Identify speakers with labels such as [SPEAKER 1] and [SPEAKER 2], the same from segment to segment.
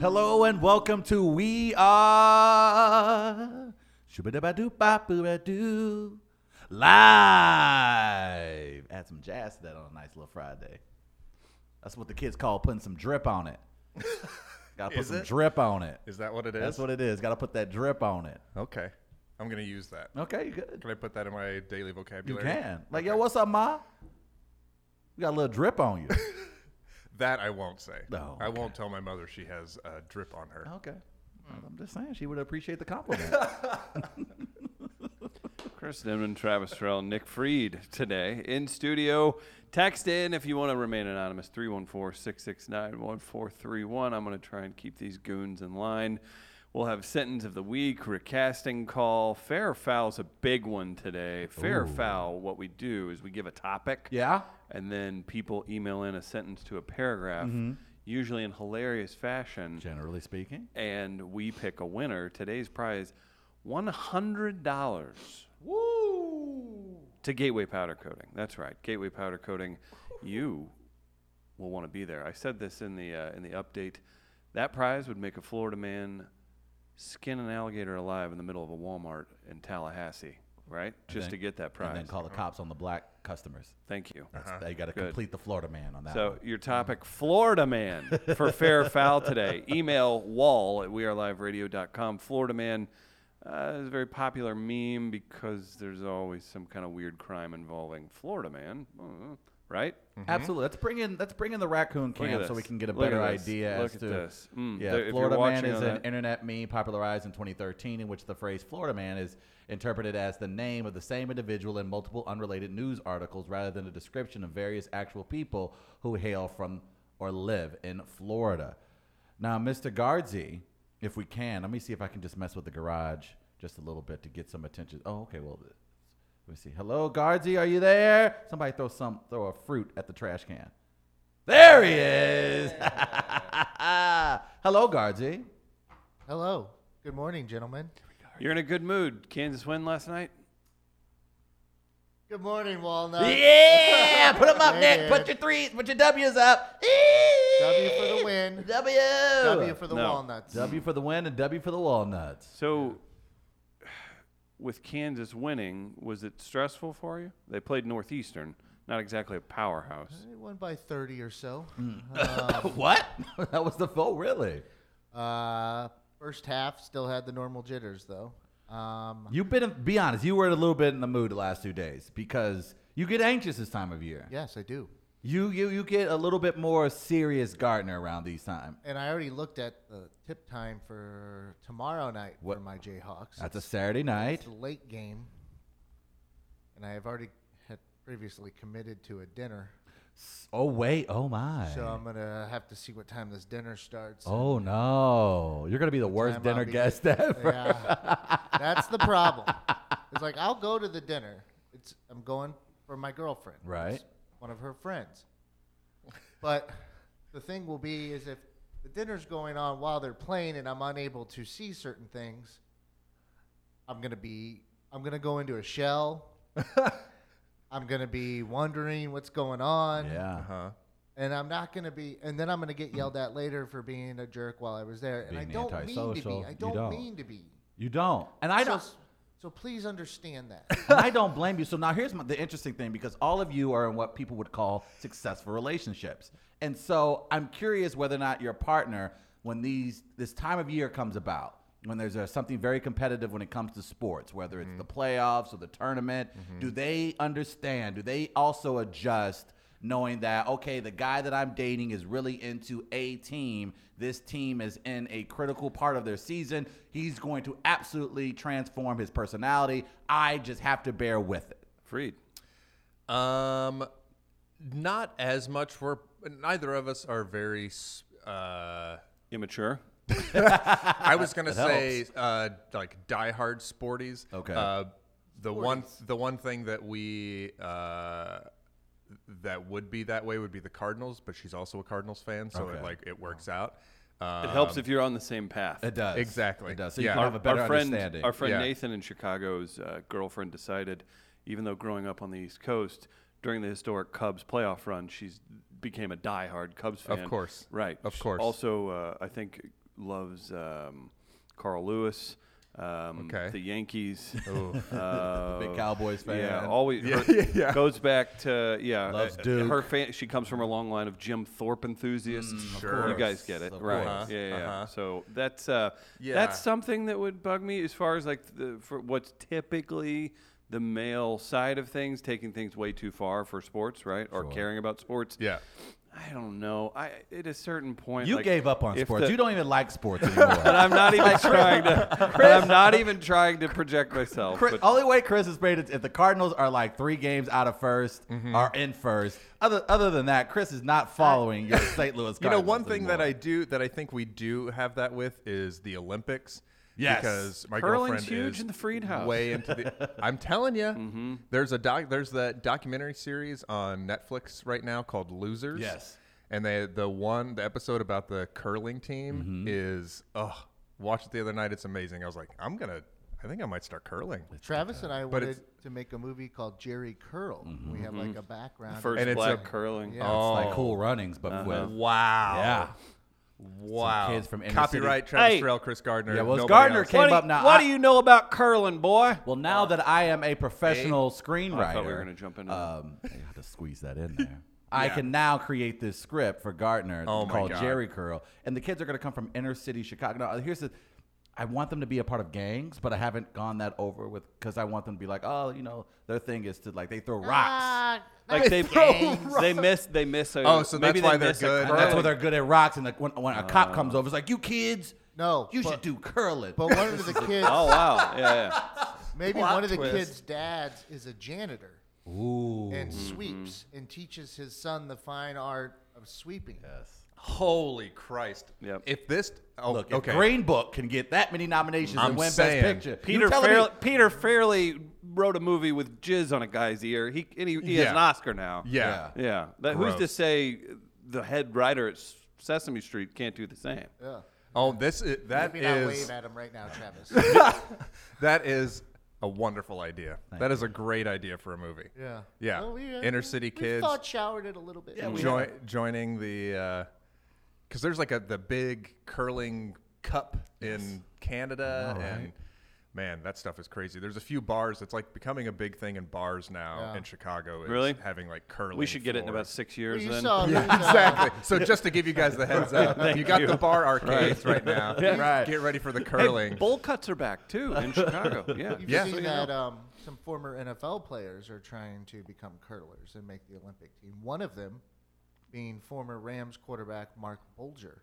[SPEAKER 1] Hello and welcome to We Are Shubadabadoo Live. Add some jazz to that on a nice little Friday. That's what the kids call putting some drip on it. Gotta put
[SPEAKER 2] Is
[SPEAKER 1] some
[SPEAKER 2] it?
[SPEAKER 1] drip on it.
[SPEAKER 2] Is that what it is?
[SPEAKER 1] That's what it is. Gotta put that drip on it.
[SPEAKER 2] Okay. I'm going to use that.
[SPEAKER 1] Okay, you good.
[SPEAKER 2] Can I put that in my daily
[SPEAKER 1] You
[SPEAKER 2] vocabulary?
[SPEAKER 1] can. Like, yo, what's up, Ma? We got a little drip on you.
[SPEAKER 2] That I won't say.
[SPEAKER 1] No,
[SPEAKER 2] I won't tell my mother she has a drip on her.
[SPEAKER 1] okay. I'm just saying she would appreciate the compliment.
[SPEAKER 3] Chris Denman, Travis Terrell, Nick Freed today in studio. Text in if you want to remain anonymous, 314 669 1431. I'm going to try and keep these goons in line. We'll have sentence of the week, recasting call. Fair or foul's a big one today. Fair or foul, what we do is we give a topic
[SPEAKER 1] yeah?
[SPEAKER 3] and then people email in a sentence to a paragraph, usually in hilarious fashion
[SPEAKER 1] Generally speaking.
[SPEAKER 3] and we pick a winner. Today's prize, one hundred dollars. Woo! To Gateway Powder Coating. That's right, Gateway Powder Coating. You will want to be there. I said this in the uh, in the update. That prize would make a Florida man skin an alligator alive in the middle of a Walmart in Tallahassee, right? Just
[SPEAKER 1] then-
[SPEAKER 3] to get that prize.
[SPEAKER 1] And then call the cops on the black customers.
[SPEAKER 3] Thank you.
[SPEAKER 1] That's- You got to
[SPEAKER 3] Uh-huh. Good.
[SPEAKER 1] complete the Florida man on that.
[SPEAKER 3] So
[SPEAKER 1] one.
[SPEAKER 3] your topic, Florida man, for fair or foul today. Email wall at weareliveradio.com. Florida man uh, is a very popular meme because there's always some kind of weird crime involving Florida man, Uh, right?
[SPEAKER 1] absolutely. Let's bring in let's bring in the raccoon
[SPEAKER 3] Look at
[SPEAKER 1] camp so we
[SPEAKER 3] this.
[SPEAKER 1] can get a
[SPEAKER 3] Look at
[SPEAKER 1] better
[SPEAKER 3] this.
[SPEAKER 1] idea
[SPEAKER 3] Look
[SPEAKER 1] as
[SPEAKER 3] at
[SPEAKER 1] to
[SPEAKER 3] this. Mm,
[SPEAKER 1] yeah.
[SPEAKER 3] there- if you're
[SPEAKER 1] Florida man
[SPEAKER 3] watching
[SPEAKER 1] is
[SPEAKER 3] on
[SPEAKER 1] an
[SPEAKER 3] that-
[SPEAKER 1] internet meme popularized in 2013, in which the phrase "Florida man" is interpreted as the name of the same individual in multiple unrelated news articles, rather than a description of various actual people who hail from or live in Florida. Now, Mr. Guardsy, if we can, let me see if I can just mess with the garage just a little bit to get some attention. Oh, okay. Well, let me see. Hello, Guardsy, are you there? Somebody throw some throw a fruit at the trash can. There he is. Hello, Guardsy.
[SPEAKER 4] Hello. Good morning, gentlemen.
[SPEAKER 3] You're in a good mood. Kansas win last night.
[SPEAKER 4] Good morning, Walnut.
[SPEAKER 1] Yeah, put him up,
[SPEAKER 4] There
[SPEAKER 1] Nick.
[SPEAKER 4] it
[SPEAKER 1] Put
[SPEAKER 4] is.
[SPEAKER 1] your threes, put your W's up.
[SPEAKER 4] W for the win.
[SPEAKER 1] W.
[SPEAKER 4] W for the
[SPEAKER 3] No.
[SPEAKER 4] walnuts.
[SPEAKER 1] W for the win and W for the walnuts.
[SPEAKER 3] So, with Kansas winning, was it stressful for you? They played Northeastern, not exactly a powerhouse.
[SPEAKER 4] They won by 30 or so.
[SPEAKER 1] Hmm. what? that was the full, really.
[SPEAKER 4] Uh, first half still had the normal jitters though. Um,
[SPEAKER 1] You've been, be honest, you were a little bit in the mood the last two days because you get anxious this time of year.
[SPEAKER 4] yes, I do.
[SPEAKER 1] You, you, you get a little bit more serious Gardner around these time.
[SPEAKER 4] And I already looked at the tip time for tomorrow night
[SPEAKER 1] What-
[SPEAKER 4] for my Jayhawks.
[SPEAKER 1] That's a Saturday night.
[SPEAKER 4] It's a late game. And I have already had previously committed to a dinner.
[SPEAKER 1] Oh wait, oh my.
[SPEAKER 4] So I'm going to have to see what time this dinner starts.
[SPEAKER 1] oh no, you're gonna be the worst
[SPEAKER 4] time I'll
[SPEAKER 1] dinner
[SPEAKER 4] be-
[SPEAKER 1] guest ever.
[SPEAKER 4] Yeah, that's the problem. It's like I'll go to the dinner. It's I'm going for my girlfriend, It's
[SPEAKER 1] Right.
[SPEAKER 4] One of her friends. But the thing will be is if the dinner's going on while they're playing and I'm unable to see certain things, I'm gonna be I'm gonna go into a shell. I'm gonna be wondering what's going on
[SPEAKER 1] Yeah.
[SPEAKER 2] Uh-huh.
[SPEAKER 4] and I'm not gonna be, and then I'm gonna get yelled at later for being a jerk while I was there, and I
[SPEAKER 1] Being
[SPEAKER 4] don't mean to
[SPEAKER 1] antisocial.
[SPEAKER 4] be.
[SPEAKER 1] You
[SPEAKER 4] I don't,
[SPEAKER 1] don't.
[SPEAKER 4] mean to be.
[SPEAKER 1] You don't, and I
[SPEAKER 4] so,
[SPEAKER 1] don't.
[SPEAKER 4] s- so please understand that.
[SPEAKER 1] and I don't blame you. So now here's my, the interesting thing because all of you are in what people would call successful relationships, and so I'm curious whether or not your partner, when these this time of year comes about, when there's uh something very competitive when it comes to sports, whether it's the playoffs or the tournament, do they understand? Do they also adjust? knowing that okay the guy that i'm dating is really into a team this team is in a critical part of their season he's going to absolutely transform his personality i just have to bear with it
[SPEAKER 3] Freed.
[SPEAKER 1] Oh.
[SPEAKER 2] Um, not as much. We're neither of us are very. s- Uh,
[SPEAKER 3] Immature.
[SPEAKER 2] I was gonna
[SPEAKER 1] That
[SPEAKER 2] say uh, like diehard sporties.
[SPEAKER 1] Okay.
[SPEAKER 2] Uh, the one the one thing that we uh, that would be that way would be the Cardinals, but she's also a Cardinals fan, so
[SPEAKER 1] Okay. Oh.
[SPEAKER 2] it like it works out. Um,
[SPEAKER 3] It helps if you're on the same path.
[SPEAKER 1] it does
[SPEAKER 2] Exactly.
[SPEAKER 1] it does so you
[SPEAKER 2] Yeah.
[SPEAKER 1] can
[SPEAKER 2] Our-
[SPEAKER 1] have a better
[SPEAKER 3] our friend,
[SPEAKER 1] understanding
[SPEAKER 3] Our friend
[SPEAKER 2] Yeah.
[SPEAKER 3] Nathan in Chicago's uh, girlfriend decided, even though growing up on the East Coast during the historic Cubs playoff run, she's became a diehard Cubs fan.
[SPEAKER 2] Of course.
[SPEAKER 3] right?
[SPEAKER 2] Of
[SPEAKER 3] She
[SPEAKER 2] course.
[SPEAKER 3] Also, uh, I think loves um, Carl Lewis. Um,
[SPEAKER 2] Okay.
[SPEAKER 3] The Yankees. Um,
[SPEAKER 1] The big Cowboys fan.
[SPEAKER 3] Yeah, always
[SPEAKER 2] Yeah,
[SPEAKER 3] her-
[SPEAKER 2] yeah, yeah.
[SPEAKER 3] goes back to yeah.
[SPEAKER 1] Loves
[SPEAKER 3] uh,
[SPEAKER 1] Duke. Mm,
[SPEAKER 3] Her fan, she comes from a long line of Jim Thorpe enthusiasts.
[SPEAKER 2] Sure.
[SPEAKER 3] you guys get it,
[SPEAKER 1] Of
[SPEAKER 3] right?
[SPEAKER 1] course.
[SPEAKER 3] Yeah, yeah. yeah.
[SPEAKER 2] Uh-huh.
[SPEAKER 3] So that's uh,
[SPEAKER 2] Yeah.
[SPEAKER 3] that's something that would bug me as far as like the, for what's typically the male side of things, taking things way too far for sports, right? Or caring about sports.
[SPEAKER 2] Yeah.
[SPEAKER 3] I don't know. I at a certain point
[SPEAKER 1] You
[SPEAKER 3] like,
[SPEAKER 1] gave up on
[SPEAKER 3] if
[SPEAKER 1] sports.
[SPEAKER 3] the-
[SPEAKER 1] you don't even like sports anymore.
[SPEAKER 3] and I'm not even trying to. and I'm not even trying to project myself.
[SPEAKER 1] Chris,
[SPEAKER 3] but
[SPEAKER 1] only way Chris has made it if the Cardinals are like three games out of 1st
[SPEAKER 2] Mm-hmm.
[SPEAKER 1] are in first. Other other than that, Chris is not following your St. Louis. Cardinals
[SPEAKER 2] You know, one thing that
[SPEAKER 1] anymore.
[SPEAKER 2] I do that I think we do have that with is the Olympics.
[SPEAKER 1] Yes.
[SPEAKER 2] because my
[SPEAKER 3] Curling's
[SPEAKER 2] girlfriend
[SPEAKER 3] huge
[SPEAKER 2] is
[SPEAKER 3] in the Fried House.
[SPEAKER 2] Way into the. I'm telling you,
[SPEAKER 1] Mm-hmm.
[SPEAKER 2] there's a doc. There's that documentary series on Netflix right now called Losers.
[SPEAKER 1] Yes.
[SPEAKER 2] and they the one the episode about the curling
[SPEAKER 1] Mm-hmm.
[SPEAKER 2] team is oh watched it the other night. It's amazing. I was like, I'm gonna. I think I might start curling.
[SPEAKER 4] Travis and I wanted
[SPEAKER 2] it's- Mm-hmm.
[SPEAKER 4] to make a movie called Jerry Curl. We have like a background.
[SPEAKER 3] first
[SPEAKER 2] And it's
[SPEAKER 3] black
[SPEAKER 2] a-
[SPEAKER 3] curling.
[SPEAKER 4] Yeah.
[SPEAKER 1] It's
[SPEAKER 2] oh
[SPEAKER 1] like cool runnings, but
[SPEAKER 3] Uh-huh.
[SPEAKER 1] with
[SPEAKER 2] wow.
[SPEAKER 1] yeah.
[SPEAKER 2] Wow.
[SPEAKER 1] kids from inner
[SPEAKER 2] copyright
[SPEAKER 1] city-
[SPEAKER 2] Travis
[SPEAKER 3] Hey.
[SPEAKER 2] Terrell, Chris Gardner.
[SPEAKER 1] Yeah, well,
[SPEAKER 2] nobody
[SPEAKER 1] Gardner
[SPEAKER 2] else.
[SPEAKER 1] came
[SPEAKER 3] what do
[SPEAKER 1] up
[SPEAKER 3] you-
[SPEAKER 1] now.
[SPEAKER 3] What
[SPEAKER 1] I-
[SPEAKER 3] do you know about curling, boy?
[SPEAKER 1] Well, now that I am a professional screenwriter,
[SPEAKER 3] Oh, we were gonna jump into that.
[SPEAKER 1] Um, I have to squeeze that in there. I can now create this script for Gardner
[SPEAKER 2] Oh my
[SPEAKER 1] called
[SPEAKER 2] God.
[SPEAKER 1] Jerry Curl, and the kids are going to come from inner city Chicago. Now, here's the. I want them to be a part of gangs, but I haven't gone that over with because I want them to be like, oh, you know, their thing is to like they
[SPEAKER 4] Ah.
[SPEAKER 1] throw rocks.
[SPEAKER 3] Like they they, miss they miss a
[SPEAKER 2] Oh, so
[SPEAKER 3] maybe
[SPEAKER 2] that's why
[SPEAKER 3] they
[SPEAKER 2] they're
[SPEAKER 3] miss a
[SPEAKER 2] good.
[SPEAKER 1] and that's where
[SPEAKER 3] curling-
[SPEAKER 1] they're good at rocks. And like when, when a cop
[SPEAKER 3] Oh.
[SPEAKER 1] comes over, it's like, you kids,
[SPEAKER 4] No,
[SPEAKER 1] you should
[SPEAKER 4] but-
[SPEAKER 1] do curling.
[SPEAKER 4] But one of the kids,
[SPEAKER 3] Oh wow, yeah, yeah.
[SPEAKER 4] maybe
[SPEAKER 2] Plot
[SPEAKER 4] one of the
[SPEAKER 2] twist.
[SPEAKER 4] kids' dads is a janitor
[SPEAKER 1] Ooh,
[SPEAKER 4] and sweeps and teaches his son the fine art of sweeping.
[SPEAKER 1] yes.
[SPEAKER 2] Holy Christ.
[SPEAKER 3] Yep.
[SPEAKER 2] If this. Oh,
[SPEAKER 1] Look,
[SPEAKER 2] okay.
[SPEAKER 1] if Green Book can get that many nominations
[SPEAKER 2] I'm
[SPEAKER 1] and win
[SPEAKER 2] saying,
[SPEAKER 1] Best Picture. you
[SPEAKER 3] Peter
[SPEAKER 1] telling me-
[SPEAKER 3] Fairley, Peter Fairley wrote a movie with jizz on a guy's ear. He and he, he has
[SPEAKER 2] Yeah.
[SPEAKER 3] an Oscar now.
[SPEAKER 2] Yeah.
[SPEAKER 3] yeah. That, who's to
[SPEAKER 2] Gross.
[SPEAKER 3] say the head writer at S- Sesame Street can't do the same?
[SPEAKER 4] Yeah.
[SPEAKER 2] Oh, this is, that
[SPEAKER 4] Maybe not
[SPEAKER 2] is
[SPEAKER 4] wave at him right now, Travis.
[SPEAKER 2] that is a wonderful idea. that is a great idea for a movie.
[SPEAKER 4] yeah.
[SPEAKER 2] Yeah.
[SPEAKER 4] Well, we, uh,
[SPEAKER 2] Inner city
[SPEAKER 4] we
[SPEAKER 2] kids
[SPEAKER 4] thought showered it a little bit.
[SPEAKER 2] join, joining the because there's like a the big curling cup in Canada and man, that stuff is crazy. There's a few bars. It's like becoming a big thing in bars now
[SPEAKER 4] Yeah.
[SPEAKER 2] in Chicago. Is
[SPEAKER 3] Really?
[SPEAKER 2] having like curling.
[SPEAKER 3] We should get it in about
[SPEAKER 2] floors.
[SPEAKER 3] six
[SPEAKER 4] Well,
[SPEAKER 3] years
[SPEAKER 4] you
[SPEAKER 3] then.
[SPEAKER 4] saw there's, uh,
[SPEAKER 2] exactly. So just to give you guys the heads up, you got the bar arcades right, now.
[SPEAKER 1] Right.
[SPEAKER 2] Get ready for the
[SPEAKER 3] Hey,
[SPEAKER 2] curling.
[SPEAKER 3] bowl cuts are back too in Chicago. Yeah,
[SPEAKER 4] You've
[SPEAKER 2] Yeah. So,
[SPEAKER 4] seen
[SPEAKER 2] you
[SPEAKER 4] that um, some former NFL players are trying to become curlers and make the Olympic team. One of them being former Rams quarterback Mark Bolger.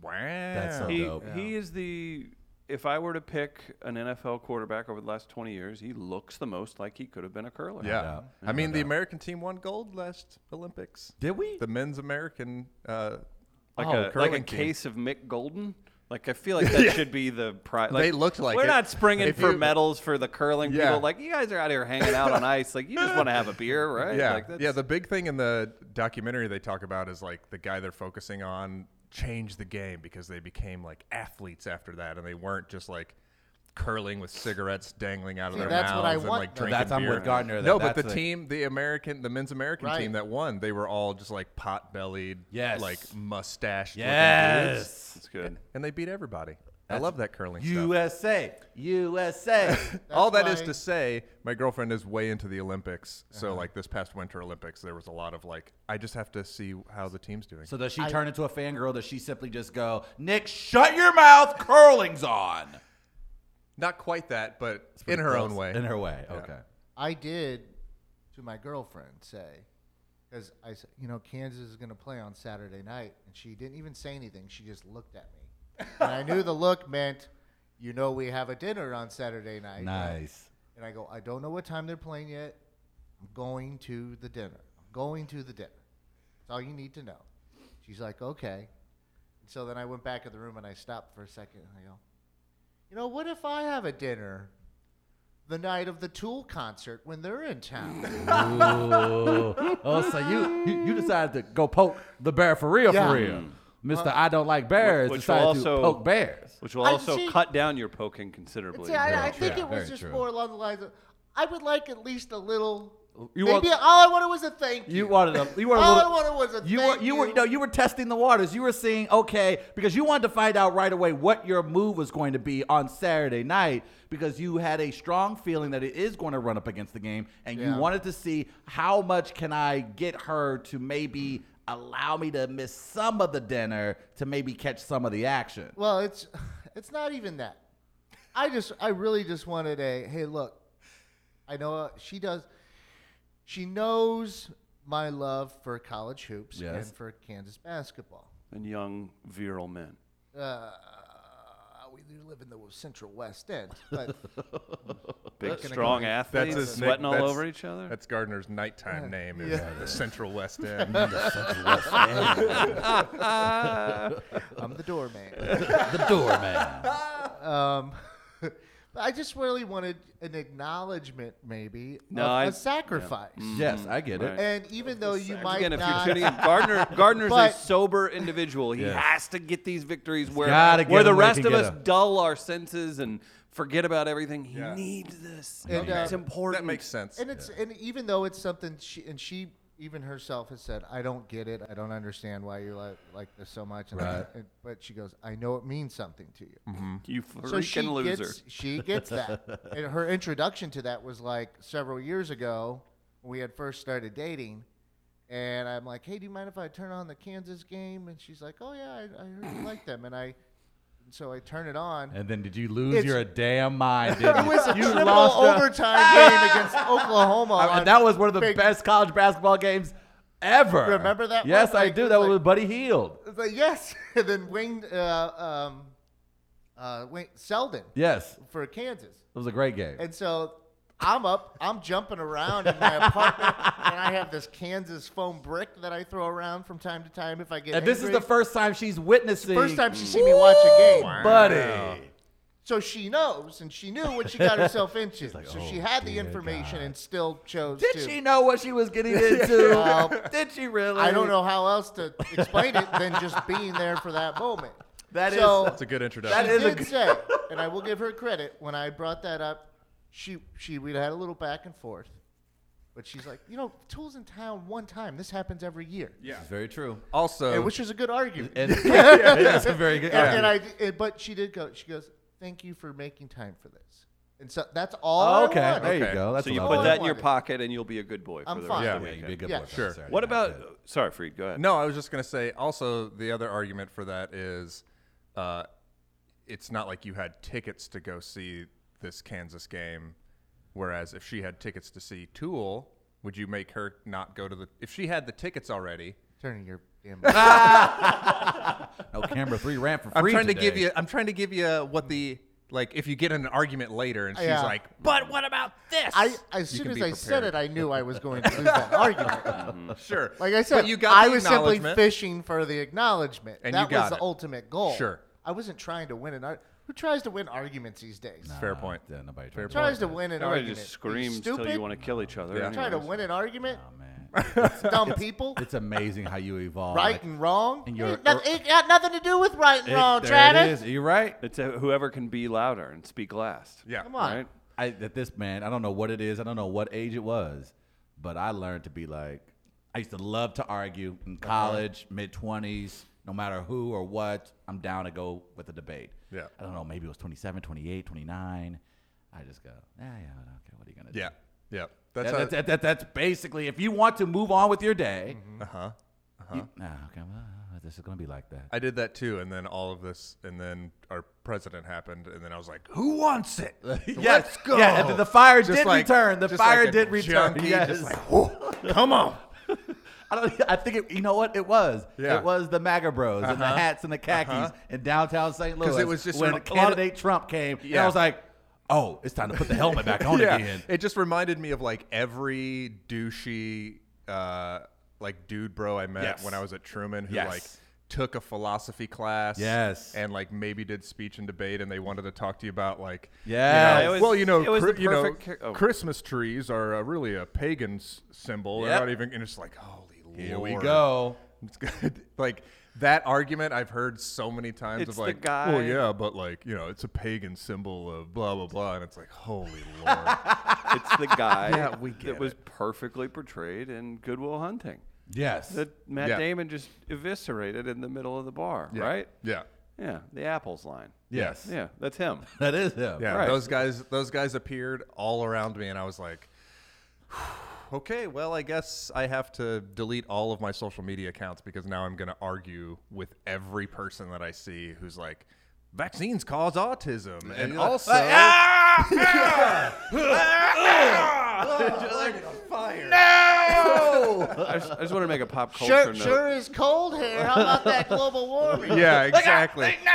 [SPEAKER 2] wow.
[SPEAKER 1] so
[SPEAKER 3] he,
[SPEAKER 1] dope.
[SPEAKER 3] he is the if I were to pick an NFL quarterback over the last 20 years, he looks the most like he could have been a curler.
[SPEAKER 2] yeah.
[SPEAKER 1] doubt.
[SPEAKER 2] I mean, the American team won gold last Olympics.
[SPEAKER 1] Did we?
[SPEAKER 2] The men's American uh,
[SPEAKER 3] Like
[SPEAKER 2] oh,
[SPEAKER 3] a like a
[SPEAKER 2] curling team.
[SPEAKER 3] case of Mick Golden. Like I feel like that should be the prize.
[SPEAKER 2] They looked like
[SPEAKER 3] we're
[SPEAKER 2] it.
[SPEAKER 3] not springing
[SPEAKER 2] If
[SPEAKER 3] for
[SPEAKER 2] you-
[SPEAKER 3] medals for the curling
[SPEAKER 2] Yeah.
[SPEAKER 3] people. Like you guys are out here hanging out on ice. Like you just want to have a beer, right?
[SPEAKER 2] Yeah,
[SPEAKER 3] Like that's,
[SPEAKER 2] yeah. The big thing in the documentary they talk about is like the guy they're focusing on changed the game because they became like athletes after that, and they weren't just like curling with cigarettes dangling out of
[SPEAKER 4] See,
[SPEAKER 2] their
[SPEAKER 4] that's
[SPEAKER 2] mouths
[SPEAKER 4] what I
[SPEAKER 2] and
[SPEAKER 4] want,
[SPEAKER 2] like
[SPEAKER 4] though.
[SPEAKER 2] drinking
[SPEAKER 1] That's I'm
[SPEAKER 2] beer.
[SPEAKER 1] with Gardner. that
[SPEAKER 2] no, but the
[SPEAKER 1] that's a-
[SPEAKER 2] team, the American, the men's American
[SPEAKER 4] Right.
[SPEAKER 2] team that won, they were all just like pot bellied,
[SPEAKER 1] Yes.
[SPEAKER 2] like mustached, looking dudes,
[SPEAKER 1] Yes.
[SPEAKER 3] that's good.
[SPEAKER 2] and they beat everybody. I love that curling stuff.
[SPEAKER 1] USA. USA.
[SPEAKER 2] All that is
[SPEAKER 4] why- Uh-huh.
[SPEAKER 2] to say, my girlfriend is way into the Olympics. So, like this past Winter Olympics, there was a lot of like, I just have to see how the team's doing.
[SPEAKER 1] so does she turn into a fangirl? Does she simply just go, Nick, shut your mouth, curling's on?
[SPEAKER 2] Not quite that, but in her own way.
[SPEAKER 1] In her way. Okay.
[SPEAKER 4] I did to my girlfriend say, because I said, you know, Kansas is going to play on Saturday night. And she didn't even say anything. She just looked at me. and I knew the look meant, you know, we have a dinner on Saturday night.
[SPEAKER 1] Nice.
[SPEAKER 4] And I go, I don't know what time they're playing yet. I'm going to the dinner. I'm going to the dinner. That's all you need to know. She's like, okay. And so then I went back in the room and I stopped for a second and I go, you know, what if I have a dinner the night of the Tool concert when they're in town?
[SPEAKER 1] Oh, so you, you you decided to go poke the bear for real,
[SPEAKER 4] Yeah.
[SPEAKER 1] for real. Mr. I don't like bears
[SPEAKER 3] which
[SPEAKER 1] decided
[SPEAKER 3] will
[SPEAKER 1] to
[SPEAKER 3] also-
[SPEAKER 1] poke bears.
[SPEAKER 3] Which will
[SPEAKER 4] I
[SPEAKER 3] also
[SPEAKER 4] see-
[SPEAKER 3] cut down your poking considerably.
[SPEAKER 4] See, I, I
[SPEAKER 1] true.
[SPEAKER 4] think it was
[SPEAKER 1] Very
[SPEAKER 4] just
[SPEAKER 1] true.
[SPEAKER 4] more along the lines of, I would like at least a little
[SPEAKER 1] You want-
[SPEAKER 4] Maybe all I wanted was a thank you.
[SPEAKER 1] You wanted a you were a
[SPEAKER 4] All
[SPEAKER 1] little,
[SPEAKER 4] I wanted was a
[SPEAKER 1] you
[SPEAKER 4] thank
[SPEAKER 1] were you were
[SPEAKER 4] you.
[SPEAKER 1] no you were testing the waters. You were seeing okay because you wanted to find out right away what your move was going to be on Saturday night because you had a strong feeling that it is going to run up against the game and
[SPEAKER 4] Yeah.
[SPEAKER 1] you wanted to see how much can I get her to maybe allow me to miss some of the dinner to maybe catch some of the action.
[SPEAKER 4] Well, it's it's not even that. I just I really just wanted a hey look. I know uh, she does. She knows my love for college hoops
[SPEAKER 1] Yes.
[SPEAKER 4] and for Kansas basketball.
[SPEAKER 3] and young virile men.
[SPEAKER 4] Uh, we live in the Central West End, but
[SPEAKER 3] Big, strong athletes
[SPEAKER 2] his nick-
[SPEAKER 3] sweating all
[SPEAKER 2] that's-
[SPEAKER 3] over each other.
[SPEAKER 2] That's Gardner's nighttime name is the Central West End.
[SPEAKER 3] Uh,
[SPEAKER 4] I'm the doorman.
[SPEAKER 1] the door man.
[SPEAKER 4] Um, but I just really wanted an acknowledgement, maybe,
[SPEAKER 3] No,
[SPEAKER 4] of
[SPEAKER 3] I- yeah. Mm.
[SPEAKER 4] a sacrifice.
[SPEAKER 1] yes, I get it.
[SPEAKER 3] Right.
[SPEAKER 4] And even though you might
[SPEAKER 3] Again, if you're
[SPEAKER 4] not,
[SPEAKER 3] tuning in, Gardner Gardner's a
[SPEAKER 4] But-
[SPEAKER 3] sober individual. He
[SPEAKER 1] Yeah.
[SPEAKER 3] has to get these victories where
[SPEAKER 1] gotta get
[SPEAKER 3] where the
[SPEAKER 1] them where he
[SPEAKER 3] rest
[SPEAKER 1] can
[SPEAKER 3] of
[SPEAKER 1] get
[SPEAKER 3] us
[SPEAKER 1] them.
[SPEAKER 3] dull our senses and forget about everything. He
[SPEAKER 2] Yeah.
[SPEAKER 3] needs this.
[SPEAKER 4] And, uh,
[SPEAKER 3] it's important.
[SPEAKER 2] That makes sense.
[SPEAKER 4] and it's and even though it's something she and she even herself has said, I don't get it. I don't understand why you like like this so much. And I-
[SPEAKER 1] Right.
[SPEAKER 4] and- but she goes, I know it means something to you.
[SPEAKER 3] You
[SPEAKER 4] So
[SPEAKER 3] freaking
[SPEAKER 4] she
[SPEAKER 3] loser.
[SPEAKER 4] gets she gets that. and her introduction to that was like several years ago when we had first started dating. And I'm like, hey, do you mind if I turn on the Kansas game? And she's like, oh yeah, I, I heard you like them. And I, so I turn it on.
[SPEAKER 1] And then did you lose
[SPEAKER 4] It's-
[SPEAKER 1] your damn mind? Did you?
[SPEAKER 4] It was a
[SPEAKER 1] you
[SPEAKER 4] triple
[SPEAKER 1] lost uh, your-
[SPEAKER 4] overtime game against Oklahoma.
[SPEAKER 1] I mean,
[SPEAKER 4] on
[SPEAKER 1] that was one of the
[SPEAKER 4] big-
[SPEAKER 1] best college basketball games ever.
[SPEAKER 4] Remember that one?
[SPEAKER 1] Yes, I
[SPEAKER 4] Like,
[SPEAKER 1] do.
[SPEAKER 4] it's
[SPEAKER 1] That
[SPEAKER 4] like-
[SPEAKER 1] was with Buddy Heald.
[SPEAKER 4] It's like, yes. and then Wayne, uh, um, uh, Wayne Selden
[SPEAKER 1] Yes, it
[SPEAKER 4] for Kansas.
[SPEAKER 1] was a great game.
[SPEAKER 4] And so I'm up, I'm jumping around in my apartment, and I have this Kansas foam brick that I throw around from time to time if I get
[SPEAKER 1] And this is
[SPEAKER 4] angry.
[SPEAKER 1] the first time she's witnessing.
[SPEAKER 4] First time she's seen me watch a game.
[SPEAKER 1] Ooh, buddy.
[SPEAKER 4] So she knows, and she knew what she got herself into. so she had the information and still chose
[SPEAKER 1] "Oh, Did
[SPEAKER 4] to.
[SPEAKER 1] she know what she was getting into?
[SPEAKER 4] Well,
[SPEAKER 1] Did she really?
[SPEAKER 4] I don't know how else to explain it than just being there for that moment.
[SPEAKER 1] That is-
[SPEAKER 4] so,
[SPEAKER 2] That's a good introduction.
[SPEAKER 1] That is a
[SPEAKER 4] did
[SPEAKER 1] good-
[SPEAKER 4] say, and I will give her credit when I brought that up. She she we had a little back and forth, but she's like, you know, tools in town one time. This happens every year,
[SPEAKER 2] yeah.
[SPEAKER 1] Very true. Oh,
[SPEAKER 2] Also,
[SPEAKER 4] and, which is a good argument.
[SPEAKER 1] And that's a very good.
[SPEAKER 4] And, and I and- but she did go. She goes, thank you for making time for this, and so that's all. I
[SPEAKER 1] okay,
[SPEAKER 4] wanted.
[SPEAKER 1] there you
[SPEAKER 2] Okay.
[SPEAKER 1] go. That's
[SPEAKER 3] so you
[SPEAKER 1] what I
[SPEAKER 3] put
[SPEAKER 1] wanted.
[SPEAKER 3] that in your
[SPEAKER 4] wanted.
[SPEAKER 3] pocket and you'll be a good boy for
[SPEAKER 4] I'm
[SPEAKER 3] the rest
[SPEAKER 4] fine.
[SPEAKER 2] Yeah.
[SPEAKER 3] of the
[SPEAKER 1] Yeah,
[SPEAKER 3] weekend.
[SPEAKER 1] you'd be a good
[SPEAKER 4] Yeah.
[SPEAKER 1] boy for
[SPEAKER 2] Sure.
[SPEAKER 1] Saturday
[SPEAKER 3] What
[SPEAKER 1] night.
[SPEAKER 3] about? Sorry, Freed. Go ahead.
[SPEAKER 2] No, I was just gonna say. Also, the other argument for that is, uh, it's not like you had tickets to go see this Kansas game, whereas if she had tickets to see Tool, would you make her not go to the? If she had the tickets already,
[SPEAKER 4] Turning your damn.
[SPEAKER 1] No, camera three ran for free.
[SPEAKER 2] I'm trying to give
[SPEAKER 1] today.
[SPEAKER 2] you. I'm trying to give you what the like. If you get in an argument later, and she's
[SPEAKER 4] Yeah.
[SPEAKER 2] like, "But what about this?"
[SPEAKER 4] I as
[SPEAKER 2] You
[SPEAKER 4] soon
[SPEAKER 2] can
[SPEAKER 4] as I
[SPEAKER 2] be
[SPEAKER 4] said
[SPEAKER 2] prepared.
[SPEAKER 4] it, I knew I was going to lose that argument.
[SPEAKER 2] sure.
[SPEAKER 4] Like I said,
[SPEAKER 2] but you got
[SPEAKER 4] I
[SPEAKER 2] the
[SPEAKER 4] was simply
[SPEAKER 2] acknowledgement.
[SPEAKER 4] fishing for the acknowledgement.
[SPEAKER 2] And you
[SPEAKER 4] that
[SPEAKER 2] got
[SPEAKER 4] was the
[SPEAKER 2] it.
[SPEAKER 4] ultimate goal.
[SPEAKER 2] Sure.
[SPEAKER 4] I wasn't trying to win an argument. Who tries to win arguments these days?
[SPEAKER 2] Fair point.
[SPEAKER 1] Yeah, nobody
[SPEAKER 2] Fair
[SPEAKER 1] tried.
[SPEAKER 2] point.
[SPEAKER 4] Tries to win an
[SPEAKER 3] Everybody
[SPEAKER 4] argument.
[SPEAKER 3] just screams
[SPEAKER 4] stupid.
[SPEAKER 3] till you want to kill each other.
[SPEAKER 2] Yeah.
[SPEAKER 4] Try to
[SPEAKER 3] anyways.
[SPEAKER 4] win an argument.
[SPEAKER 1] Oh, man.
[SPEAKER 4] Dumb people.
[SPEAKER 1] It's amazing how you evolve.
[SPEAKER 4] right
[SPEAKER 1] Like,
[SPEAKER 4] and wrong.
[SPEAKER 1] and you're-
[SPEAKER 4] Ain't noth- ain't got nothing to do with right and
[SPEAKER 1] it-
[SPEAKER 4] wrong,
[SPEAKER 1] there it
[SPEAKER 4] Travis.
[SPEAKER 1] is. You're right.
[SPEAKER 3] It's uh whoever can be louder and speak last.
[SPEAKER 2] Yeah.
[SPEAKER 4] Come on.
[SPEAKER 3] Right?
[SPEAKER 1] I that this man, I don't know what it is, I don't know what age it was, but I learned to be like I used to love to argue in
[SPEAKER 2] Uh-huh.
[SPEAKER 1] college, mid twenties, no matter who or what, I'm down to go with the debate.
[SPEAKER 2] Yeah.
[SPEAKER 1] I don't know, maybe it was 27, 28, 29. I just go, "Ah, yeah, yeah, okay, what are you gonna do?
[SPEAKER 2] Yeah. Yeah.
[SPEAKER 1] That,
[SPEAKER 2] That's
[SPEAKER 1] that,
[SPEAKER 2] how,
[SPEAKER 1] that, that- that's basically if you want to move on with your day,
[SPEAKER 2] uh-huh.
[SPEAKER 1] you- nah, okay, well, uh, this is gonna be like that.
[SPEAKER 2] I did that too, and then all of this, and then our president happened, and then I was like, "Who wants it? Let's go!"
[SPEAKER 1] Yeah, and then the fire
[SPEAKER 2] Just
[SPEAKER 1] did
[SPEAKER 2] like-
[SPEAKER 1] return. The
[SPEAKER 2] just
[SPEAKER 1] fire
[SPEAKER 2] like a
[SPEAKER 1] did return.
[SPEAKER 2] junkie,
[SPEAKER 1] yes.
[SPEAKER 2] just like, "Whoa, come on!
[SPEAKER 1] I don't. I think it, you know what it was.
[SPEAKER 2] Yeah.
[SPEAKER 1] It was the MAGA Bros and the hats and the khakis in downtown St. Louis.
[SPEAKER 2] 'Cause it was just
[SPEAKER 1] when
[SPEAKER 2] sort of- a lot of-
[SPEAKER 1] candidate Trump came. And I
[SPEAKER 2] Yeah.
[SPEAKER 1] was like, oh, it's time to put the helmet back on again.
[SPEAKER 2] It just reminded me of like every douchey, uh, like dude bro I met
[SPEAKER 1] Yes.
[SPEAKER 2] when I was at Truman who
[SPEAKER 1] Yes.
[SPEAKER 2] like took a philosophy class.
[SPEAKER 1] Yes.
[SPEAKER 2] And like maybe did speech and debate and they wanted to talk to you about like, you know,
[SPEAKER 1] Yes.
[SPEAKER 3] It was-
[SPEAKER 2] well, you know,
[SPEAKER 3] it was
[SPEAKER 2] Chri-
[SPEAKER 3] the
[SPEAKER 2] you know
[SPEAKER 3] perfect char- oh.
[SPEAKER 2] Christmas trees are uh, really a pagan s- symbol.
[SPEAKER 1] Yep.
[SPEAKER 2] They're not even, and it's like, holy
[SPEAKER 1] Here
[SPEAKER 2] Lord.
[SPEAKER 1] we go.
[SPEAKER 2] It's good. Like that argument I've heard so many times
[SPEAKER 3] It's
[SPEAKER 2] of
[SPEAKER 3] the
[SPEAKER 2] like,
[SPEAKER 3] guy-
[SPEAKER 2] oh yeah, but like you know, it's a pagan symbol of blah blah blah, and it's like, holy lord,
[SPEAKER 3] It's the guy
[SPEAKER 2] Yeah, we
[SPEAKER 3] that
[SPEAKER 2] get
[SPEAKER 3] was perfectly portrayed in Goodwill Hunting
[SPEAKER 1] Yes.
[SPEAKER 3] that Matt
[SPEAKER 2] Yeah.
[SPEAKER 3] Damon just eviscerated in the middle of the bar,
[SPEAKER 2] Yeah.
[SPEAKER 3] right?
[SPEAKER 2] Yeah,
[SPEAKER 3] Yeah, the apples line.
[SPEAKER 1] yes.
[SPEAKER 3] Yeah, that's him.
[SPEAKER 1] That is him.
[SPEAKER 2] yeah.
[SPEAKER 3] Right.
[SPEAKER 2] Those guys, those guys appeared all around me, and I was like, okay, well, I guess I have to delete all of my social media accounts because now I'm going to argue with every person that I see who's like, vaccines cause autism, and
[SPEAKER 1] you're like,
[SPEAKER 2] also.
[SPEAKER 3] I just, I just want to make a pop culture
[SPEAKER 4] Sure,
[SPEAKER 3] note.
[SPEAKER 4] sure is cold here. How about that global warming?
[SPEAKER 2] yeah, exactly.